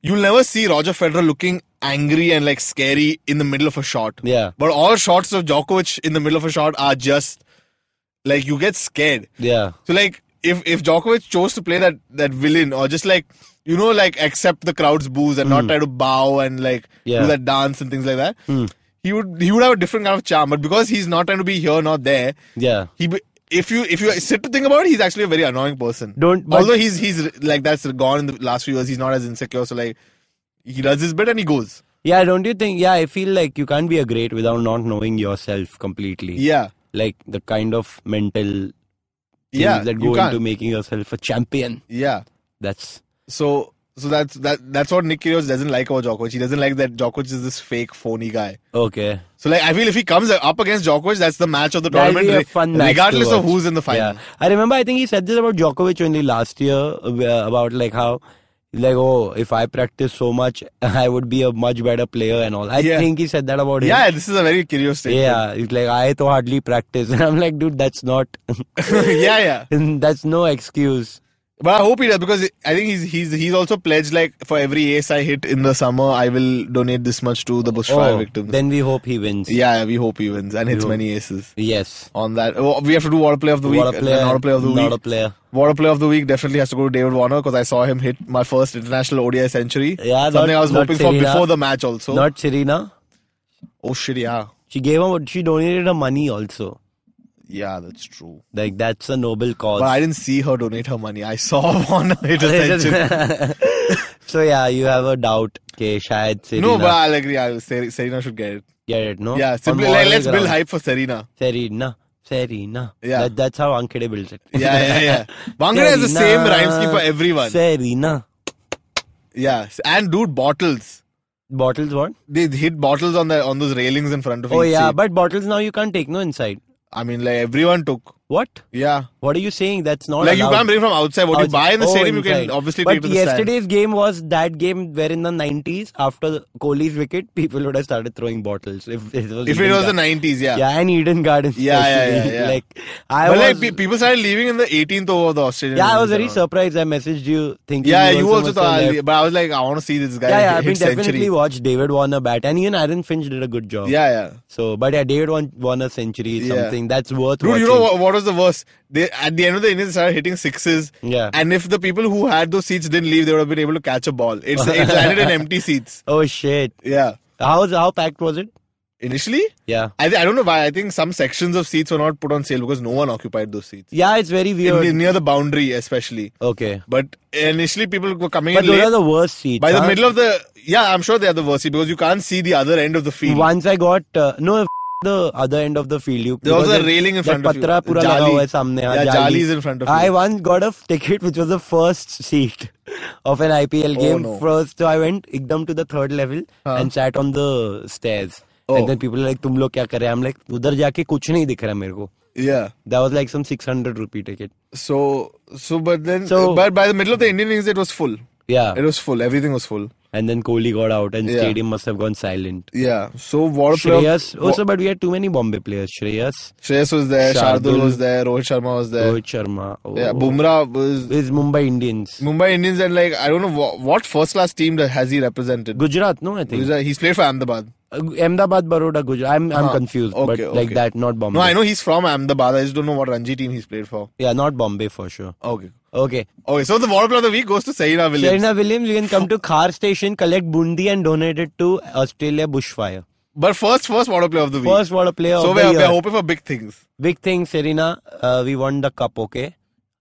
[SPEAKER 2] you'll never see Roger Federer looking angry and like scary in the middle of a shot.
[SPEAKER 1] Yeah.
[SPEAKER 2] But all shots of Djokovic in the middle of a shot are just like you get scared.
[SPEAKER 1] Yeah.
[SPEAKER 2] So like if if Djokovic chose to play that that villain or just like you know like accept the crowd's boos and not try to bow and like
[SPEAKER 1] Yeah.
[SPEAKER 2] do that dance and things like that, he would he would have a different kind of charm. But because he's not trying to be here not there,
[SPEAKER 1] Yeah.
[SPEAKER 2] he be- if you if you sit to think about it, he's actually a very annoying person.
[SPEAKER 1] Don't- but-
[SPEAKER 2] although he's he's like that's gone in the last few years. He's not as insecure. So like he does his bit and he goes.
[SPEAKER 1] Yeah. Don't you think? Yeah, I feel like you can't be a great without not knowing yourself completely.
[SPEAKER 2] Yeah,
[SPEAKER 1] Like the kind of mental things
[SPEAKER 2] yeah.
[SPEAKER 1] that
[SPEAKER 2] you
[SPEAKER 1] go
[SPEAKER 2] can't.
[SPEAKER 1] into making yourself a champion.
[SPEAKER 2] yeah.
[SPEAKER 1] That's
[SPEAKER 2] So so that's that that's what Nick Kyrgios doesn't like about Djokovic. He doesn't like that Djokovic is this fake phony guy.
[SPEAKER 1] okay.
[SPEAKER 2] So like I feel if he comes up against Djokovic, that's the match of the
[SPEAKER 1] That'll
[SPEAKER 2] tournament,
[SPEAKER 1] be a
[SPEAKER 2] re-
[SPEAKER 1] fun match to
[SPEAKER 2] regardless of
[SPEAKER 1] watch.
[SPEAKER 2] who's in the final.
[SPEAKER 1] Yeah, I remember. I think he said this about Djokovic only last year uh, where- about like how, like oh, if I practice so much, *laughs* I would be a much better player and all. I
[SPEAKER 2] Yeah.
[SPEAKER 1] think he said that about him.
[SPEAKER 2] Yeah, this is a very curious thing.
[SPEAKER 1] yeah. He's like I to hardly practice, *laughs* and I'm like, dude, that's not,
[SPEAKER 2] *laughs* yeah, yeah.
[SPEAKER 1] that's no excuse.
[SPEAKER 2] But I hope he does because I think he's he's he's also pledged like for every ace I hit in the summer, I will donate this much to the bushfire
[SPEAKER 1] Oh,
[SPEAKER 2] victims.
[SPEAKER 1] then we hope he wins.
[SPEAKER 2] yeah, we hope he wins and hits
[SPEAKER 1] hope.
[SPEAKER 2] many aces.
[SPEAKER 1] Yes.
[SPEAKER 2] On that, oh, we have to do water play of the week.
[SPEAKER 1] What a player!
[SPEAKER 2] Not a play of the
[SPEAKER 1] not
[SPEAKER 2] week.
[SPEAKER 1] a player.
[SPEAKER 2] Water play of the week definitely has to go to David Warner because I saw him hit my first international ODI century.
[SPEAKER 1] Yeah, not-
[SPEAKER 2] something I was
[SPEAKER 1] not
[SPEAKER 2] hoping for
[SPEAKER 1] Serena.
[SPEAKER 2] before the match also.
[SPEAKER 1] Not Serena.
[SPEAKER 2] oh shit, yeah,
[SPEAKER 1] She gave him. She donated her money also.
[SPEAKER 2] yeah, that's true.
[SPEAKER 1] Like that's a noble cause.
[SPEAKER 2] But I didn't see her donate her money. I saw *laughs* Warner hit
[SPEAKER 1] *laughs*
[SPEAKER 2] a century.
[SPEAKER 1] so yeah, you have a doubt. Okay, shayad Serena
[SPEAKER 2] No, but I'll agree. I'll, Ser- Serena should get it.
[SPEAKER 1] get it. No.
[SPEAKER 2] Yeah,
[SPEAKER 1] On
[SPEAKER 2] simply
[SPEAKER 1] moral
[SPEAKER 2] like, let's build
[SPEAKER 1] grounds.
[SPEAKER 2] hype for Serena.
[SPEAKER 1] Serena, Serena.
[SPEAKER 2] Yeah.
[SPEAKER 1] That, that's how Ankade builds it.
[SPEAKER 2] *laughs* Yeah, yeah, yeah. Bangla has the same
[SPEAKER 1] Serena,
[SPEAKER 2] rhyme scheme for everyone.
[SPEAKER 1] Serena
[SPEAKER 2] Yeah, and dude, bottles.
[SPEAKER 1] bottles what?
[SPEAKER 2] They hit bottles on the on those railings in front of.
[SPEAKER 1] Oh
[SPEAKER 2] each
[SPEAKER 1] yeah,
[SPEAKER 2] seat.
[SPEAKER 1] but bottles now you can't take no inside.
[SPEAKER 2] I mean, like everyone took.
[SPEAKER 1] What?
[SPEAKER 2] Yeah,
[SPEAKER 1] What are you saying? That's not
[SPEAKER 2] like you
[SPEAKER 1] allowed.
[SPEAKER 2] can't bring from outside. What
[SPEAKER 1] Oh,
[SPEAKER 2] you
[SPEAKER 1] Outside-
[SPEAKER 2] buy in the
[SPEAKER 1] oh,
[SPEAKER 2] stadium, you can
[SPEAKER 1] inside.
[SPEAKER 2] obviously
[SPEAKER 1] but
[SPEAKER 2] take to the
[SPEAKER 1] yesterday's game was that game where in the 90s, after Kohli's wicket, people would have started throwing bottles. If it was,
[SPEAKER 2] stand. If it
[SPEAKER 1] Eden
[SPEAKER 2] was
[SPEAKER 1] Gar-
[SPEAKER 2] the nineties, yeah.
[SPEAKER 1] yeah, and Eden Gardens.
[SPEAKER 2] Yeah, yeah, yeah,
[SPEAKER 1] especially.
[SPEAKER 2] yeah.
[SPEAKER 1] like I
[SPEAKER 2] but
[SPEAKER 1] was,
[SPEAKER 2] like pe- people started leaving in the 18th over the Australian.
[SPEAKER 1] yeah, I was
[SPEAKER 2] rules
[SPEAKER 1] very
[SPEAKER 2] around.
[SPEAKER 1] surprised. I messaged you thinking.
[SPEAKER 2] Yeah,
[SPEAKER 1] you,
[SPEAKER 2] you
[SPEAKER 1] must
[SPEAKER 2] also
[SPEAKER 1] have
[SPEAKER 2] thought, I'll
[SPEAKER 1] left.
[SPEAKER 2] leave, but I was like, I want to see this guy
[SPEAKER 1] yeah, yeah, I
[SPEAKER 2] hit
[SPEAKER 1] mean,
[SPEAKER 2] century.
[SPEAKER 1] definitely watch David Warner bat, and even Aaron Finch did a good job.
[SPEAKER 2] Yeah, yeah.
[SPEAKER 1] So, but yeah, David Wan- Warner century is
[SPEAKER 2] Yeah.
[SPEAKER 1] something that's worth.
[SPEAKER 2] Dude,
[SPEAKER 1] watching.
[SPEAKER 2] you know what, what was the worst? They at the end of the innings started hitting sixes.
[SPEAKER 1] Yeah.
[SPEAKER 2] And if the people who had those seats didn't leave, they would have been able to catch a ball. It's it landed in empty seats.
[SPEAKER 1] Oh shit!
[SPEAKER 2] Yeah.
[SPEAKER 1] How how packed was it?
[SPEAKER 2] Initially,
[SPEAKER 1] Yeah,
[SPEAKER 2] I th- I don't know why. I think some sections of seats were not put on sale because no one occupied those seats
[SPEAKER 1] yeah, it's very
[SPEAKER 2] in,
[SPEAKER 1] weird.
[SPEAKER 2] near the boundary, especially.
[SPEAKER 1] okay,
[SPEAKER 2] But initially, people were coming
[SPEAKER 1] but
[SPEAKER 2] in
[SPEAKER 1] those
[SPEAKER 2] late.
[SPEAKER 1] are the worst seats.
[SPEAKER 2] By the
[SPEAKER 1] huh?
[SPEAKER 2] middle of the yeah, I'm sure they are the worst seat because you can't see the other end of the field.
[SPEAKER 1] once I got uh, no f- the other end of the field. You
[SPEAKER 2] There's also
[SPEAKER 1] because
[SPEAKER 2] a
[SPEAKER 1] that-
[SPEAKER 2] railing in
[SPEAKER 1] that
[SPEAKER 2] front of you.
[SPEAKER 1] patra Pura
[SPEAKER 2] Jali.
[SPEAKER 1] laga hua hai samne, हाँ,
[SPEAKER 2] Yeah,
[SPEAKER 1] jali.
[SPEAKER 2] jali is in front of you.
[SPEAKER 1] I once got a ticket which was the first seat *laughs* of an IPL
[SPEAKER 2] Oh,
[SPEAKER 1] game.
[SPEAKER 2] no.
[SPEAKER 1] First, so I went ekdam to the third level
[SPEAKER 2] हाँ.
[SPEAKER 1] and sat on the stairs.
[SPEAKER 2] Oh.
[SPEAKER 1] And then people are like, तुम लोग क्या कर रहे हैं? I'm like, उधर जाके कुछ नहीं दिख रहा मेरे को.
[SPEAKER 2] Yeah.
[SPEAKER 1] That was like some 600 rupee ticket.
[SPEAKER 2] So so, but then
[SPEAKER 1] So-
[SPEAKER 2] but by the middle of the Indian innings, it was full. It
[SPEAKER 1] Yeah.
[SPEAKER 2] was full. Everything was full.
[SPEAKER 1] And then Kohli got out and
[SPEAKER 2] Yeah.
[SPEAKER 1] stadium must have gone silent.
[SPEAKER 2] Yeah. So water player.
[SPEAKER 1] Shreyas also, but we had too many Bombay players. Shreyas,
[SPEAKER 2] Shreyas was there. Shardul,
[SPEAKER 1] Shardul.
[SPEAKER 2] was there. Rohit Sharma was there.
[SPEAKER 1] Rohit Sharma. Oh.
[SPEAKER 2] Yeah. Bumrah was
[SPEAKER 1] is Mumbai Indians.
[SPEAKER 2] Mumbai Indians and like I don't know what, what first class team that has he represented.
[SPEAKER 1] Gujarat, no, I think.
[SPEAKER 2] He's- He's played for Ahmedabad.
[SPEAKER 1] Uh, Ahmedabad, Baroda, Gujarat. I'm I'm
[SPEAKER 2] Huh.
[SPEAKER 1] confused, but
[SPEAKER 2] Uh-huh. Okay,
[SPEAKER 1] like
[SPEAKER 2] okay.
[SPEAKER 1] that, not Bombay.
[SPEAKER 2] No, I know he's from Ahmedabad. I just don't know what Ranji team he's played for.
[SPEAKER 1] Yeah, not Bombay for sure.
[SPEAKER 2] Okay.
[SPEAKER 1] Okay.
[SPEAKER 2] Okay. So the water player of the week goes to Saina Williams.
[SPEAKER 1] Serena Williams, you can come to Khar Station, collect bundi, and donate it to Australia Bushfire.
[SPEAKER 2] But first, first water player of the week.
[SPEAKER 1] First water player
[SPEAKER 2] so
[SPEAKER 1] of the
[SPEAKER 2] we're,
[SPEAKER 1] year.
[SPEAKER 2] we're hoping for big things.
[SPEAKER 1] Big thing, Serena. Uh, we won the cup, okay?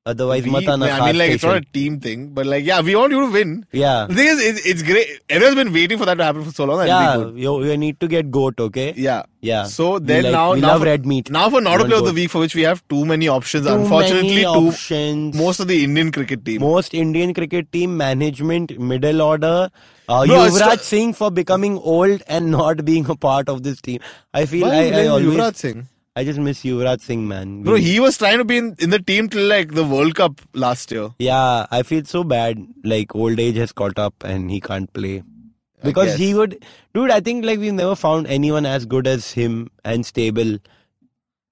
[SPEAKER 1] Otherwise,
[SPEAKER 2] We-
[SPEAKER 1] mata na
[SPEAKER 2] I
[SPEAKER 1] Khar
[SPEAKER 2] mean, like it's
[SPEAKER 1] Station.
[SPEAKER 2] not a team thing, but like yeah, we want you to win.
[SPEAKER 1] Yeah.
[SPEAKER 2] The thing is, it's, it's great. Everyone's been waiting for that to happen for so long. and it'll be
[SPEAKER 1] Yeah,
[SPEAKER 2] good.
[SPEAKER 1] you, you need to get goat, okay?
[SPEAKER 2] Yeah.
[SPEAKER 1] Yeah.
[SPEAKER 2] So
[SPEAKER 1] Uh, We
[SPEAKER 2] then
[SPEAKER 1] like-
[SPEAKER 2] now
[SPEAKER 1] we
[SPEAKER 2] now
[SPEAKER 1] love
[SPEAKER 2] for,
[SPEAKER 1] red meat.
[SPEAKER 2] Now for not a
[SPEAKER 1] Don't
[SPEAKER 2] player of
[SPEAKER 1] go.
[SPEAKER 2] the week for which we have too many options.
[SPEAKER 1] Too
[SPEAKER 2] Unfortunately,
[SPEAKER 1] many
[SPEAKER 2] too
[SPEAKER 1] options.
[SPEAKER 2] most of the Indian cricket team.
[SPEAKER 1] most Indian cricket team management middle order. Uh,
[SPEAKER 2] Bro, it's
[SPEAKER 1] Yuvraj
[SPEAKER 2] t-
[SPEAKER 1] Singh for becoming old and not being a part of this team. I feel
[SPEAKER 2] Why
[SPEAKER 1] I,
[SPEAKER 2] you
[SPEAKER 1] I
[SPEAKER 2] blame
[SPEAKER 1] always
[SPEAKER 2] Yuvraj Singh?
[SPEAKER 1] I just miss Yuvraj Singh, man.
[SPEAKER 2] Bro,
[SPEAKER 1] We-
[SPEAKER 2] he was trying to be in, in the team till like the World Cup last year.
[SPEAKER 1] Yeah, I feel so bad. Like old age has caught up and he can't play.
[SPEAKER 2] I
[SPEAKER 1] Because he
[SPEAKER 2] guess.
[SPEAKER 1] would dude, I think like we've never found anyone as good as him and stable.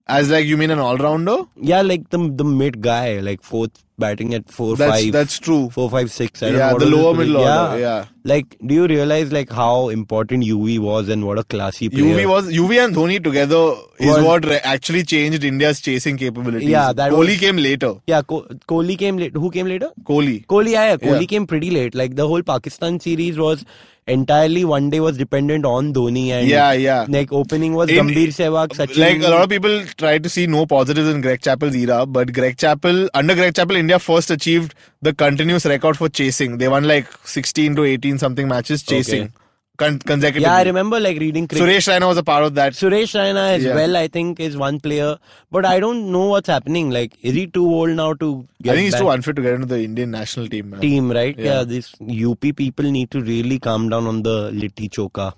[SPEAKER 2] As like you mean an all rounder?
[SPEAKER 1] Yeah, like the the mid guy, like fourth batting at four
[SPEAKER 2] That's
[SPEAKER 1] five
[SPEAKER 2] that's true.
[SPEAKER 1] four five six. I don't know
[SPEAKER 2] Yeah,
[SPEAKER 1] what
[SPEAKER 2] the
[SPEAKER 1] was his
[SPEAKER 2] lower
[SPEAKER 1] position.
[SPEAKER 2] middle order.
[SPEAKER 1] Yeah.
[SPEAKER 2] Yeah.
[SPEAKER 1] Like do you realize like how important UV was and what a classy player?
[SPEAKER 2] UV was UV and Dhoni together is
[SPEAKER 1] Was-
[SPEAKER 2] what re- actually changed India's chasing capabilities.
[SPEAKER 1] Yeah, that
[SPEAKER 2] Kohli
[SPEAKER 1] was-
[SPEAKER 2] came later.
[SPEAKER 1] yeah, Ko- Kohli came late. Who came later?
[SPEAKER 2] Kohli.
[SPEAKER 1] Kohli, yeah, yeah, Kohli
[SPEAKER 2] Yeah.
[SPEAKER 1] came pretty late. Like the whole Pakistan series was entirely one day was dependent on Dhoni and
[SPEAKER 2] Yeah, yeah.
[SPEAKER 1] like opening was
[SPEAKER 2] In-
[SPEAKER 1] Gambhir Sehwag, Sachin.
[SPEAKER 2] Like a lot of people try to see no positives in Greg Chappell's era, but Greg Chappell under Greg Chappell, India first achieved the continuous record for chasing. They won like 16 to 18 something matches chasing con- consecutively.
[SPEAKER 1] yeah, I remember like reading cricket.
[SPEAKER 2] Suresh Raina was a part of that.
[SPEAKER 1] Suresh Raina as
[SPEAKER 2] Yeah.
[SPEAKER 1] well, I think, is one player, but I don't know what's happening. Like, is he too old now to get
[SPEAKER 2] I think he's
[SPEAKER 1] back
[SPEAKER 2] too unfit to get into the Indian national team. Man.
[SPEAKER 1] team? Right?
[SPEAKER 2] Yeah.
[SPEAKER 1] these UP people need to really calm down on the litti choka.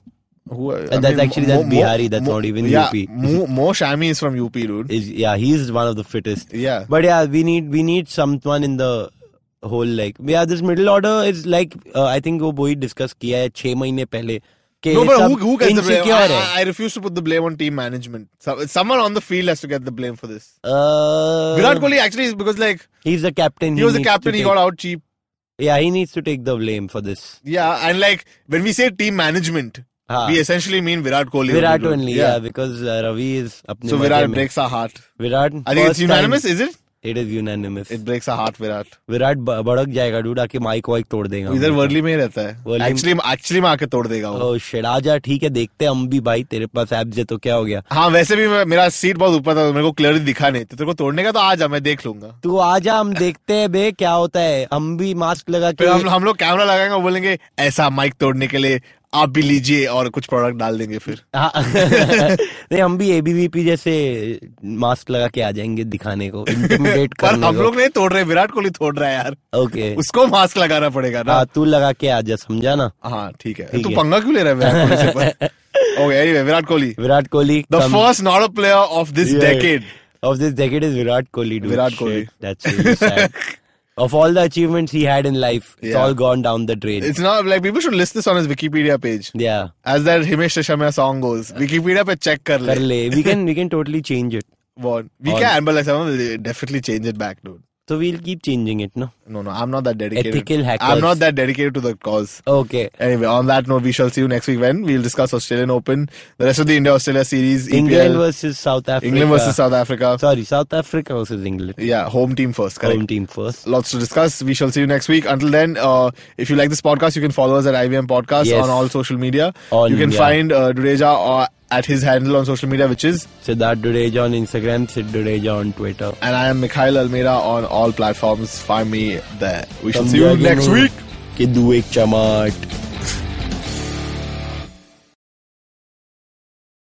[SPEAKER 2] Who, and
[SPEAKER 1] that's actually- that's Bihari, that's not even
[SPEAKER 2] yeah,
[SPEAKER 1] UP.
[SPEAKER 2] Mo, Mo Shami is from UP, dude.
[SPEAKER 1] Is yeah, he is one of the fittest.
[SPEAKER 2] Yeah.
[SPEAKER 1] But yeah, we need we need someone in the whole like yeah, this middle order is like uh, I think वो वही discuss किया है छह महीने पहले कि
[SPEAKER 2] No,
[SPEAKER 1] ये
[SPEAKER 2] but
[SPEAKER 1] सब
[SPEAKER 2] who, who gets the blame?
[SPEAKER 1] insecure eh?
[SPEAKER 2] I,
[SPEAKER 1] है.
[SPEAKER 2] I- I refuse to put the blame on team management. So, someone on the field has to get the blame for this.
[SPEAKER 1] Uh,
[SPEAKER 2] Virat Kohli actually is because like
[SPEAKER 1] He's the captain.
[SPEAKER 2] he was the
[SPEAKER 1] needs to
[SPEAKER 2] captain, he
[SPEAKER 1] take-
[SPEAKER 2] got out cheap.
[SPEAKER 1] Yeah, he needs to take the blame for this.
[SPEAKER 2] Yeah, and like when we say team management,
[SPEAKER 1] हाँ,
[SPEAKER 2] we essentially mean Virat Kohli.
[SPEAKER 1] Virat
[SPEAKER 2] dude.
[SPEAKER 1] only, yeah, because uh, Ravi is अपने
[SPEAKER 2] So
[SPEAKER 1] मजे
[SPEAKER 2] Virat
[SPEAKER 1] में.
[SPEAKER 2] breaks our heart.
[SPEAKER 1] Virat.
[SPEAKER 2] I think it's
[SPEAKER 1] first time-
[SPEAKER 2] unanimous, is it?
[SPEAKER 1] It is unanimous.
[SPEAKER 2] It breaks our heart, Virat.
[SPEAKER 1] Virat ब- भड़क जाएगा dude आके mic वाइक तोड़ देगा
[SPEAKER 2] इधर वर्ली में ही रहता है
[SPEAKER 1] Worldly-
[SPEAKER 2] एक्चुअली एक्चुअली में आके तोड़ देगा वो
[SPEAKER 1] ओ shit, आजा ठीक है देखते हैं हम भी भाई तेरे पास एब्स है तो क्या हो गया
[SPEAKER 2] हाँ वैसे भी मैं- मेरा सीट बहुत ऊपर था तो मेरे को क्लियरली दिखा नहीं तो तेरे को तोड़ने का तो आ जा मैं देख लूंगा
[SPEAKER 1] तू आजा हम देखते हैं बे क्या होता है हम भी मास्क लगा के
[SPEAKER 2] फिर हम हम लोग कैमरा लगाएंगे और बोलेंगे ऐसा माइक तोड़ने के लिए आप भी लीजिए और कुछ प्रोडक्ट डाल देंगे फिर
[SPEAKER 1] हाँ। नहीं हम भी एबीवीपी जैसे मास्क लगा के आ जाएंगे दिखाने को इंटिमिडेट
[SPEAKER 2] *laughs* पर
[SPEAKER 1] करने
[SPEAKER 2] हम लोग नहीं तोड़ रहे विराट कोहली तोड़ रहा है यार
[SPEAKER 1] ओके
[SPEAKER 2] उसको मास्क लगाना पड़ेगा ना
[SPEAKER 1] हाँ तू लगा के आजा समझा ना
[SPEAKER 2] हाँ ठीक है
[SPEAKER 1] ठीक
[SPEAKER 2] तू
[SPEAKER 1] है।
[SPEAKER 2] पंगा क्यों ले रहा है विराट कोहली से
[SPEAKER 1] *laughs*
[SPEAKER 2] पर okay anyway Virat Kohli
[SPEAKER 1] Virat Kohli
[SPEAKER 2] the first not a player of this decade
[SPEAKER 1] Of this decade is Virat Kohli, dude.
[SPEAKER 2] Virat
[SPEAKER 1] Shit,
[SPEAKER 2] Kohli.
[SPEAKER 1] that's really
[SPEAKER 2] *laughs*
[SPEAKER 1] sad. of all the achievements he had in life, it's
[SPEAKER 2] Yeah.
[SPEAKER 1] all gone down the drain.
[SPEAKER 2] It's not like people should list this on his Wikipedia page
[SPEAKER 1] yeah.
[SPEAKER 2] As that Himesh Reshammiya song goes Wikipedia पे check कर ले
[SPEAKER 1] Kar le. We can we can totally change it.
[SPEAKER 2] What? We
[SPEAKER 1] All-
[SPEAKER 2] can, but like someone will definitely change it back, dude.
[SPEAKER 1] So we'll keep changing it, no?
[SPEAKER 2] No, no, I'm not that dedicated.
[SPEAKER 1] Ethical hackers.
[SPEAKER 2] I'm not that dedicated to the cause.
[SPEAKER 1] Okay.
[SPEAKER 2] Anyway, on that note, we shall see you next week when we'll discuss Australian Open, the rest of the India Australia series,
[SPEAKER 1] England
[SPEAKER 2] EPL,
[SPEAKER 1] versus South Africa.
[SPEAKER 2] England versus South Africa.
[SPEAKER 1] Sorry, South Africa versus England.
[SPEAKER 2] yeah, home team first, correct?
[SPEAKER 1] Home team first.
[SPEAKER 2] Lots to discuss. We shall see you next week. Until then, uh, if you like this podcast, you can follow us at IVM Podcast
[SPEAKER 1] Yes.
[SPEAKER 2] on all social media.
[SPEAKER 1] On,
[SPEAKER 2] you can
[SPEAKER 1] yeah.
[SPEAKER 2] find uh, Dureja uh, at his handle on social media, which is,
[SPEAKER 1] Siddharth Dudeja on Instagram, Sid Dudeja on Twitter.
[SPEAKER 2] and I am Mikhail Almeida on all platforms. Find me there. We shall see you next week.
[SPEAKER 1] Kiddu ek chamaat.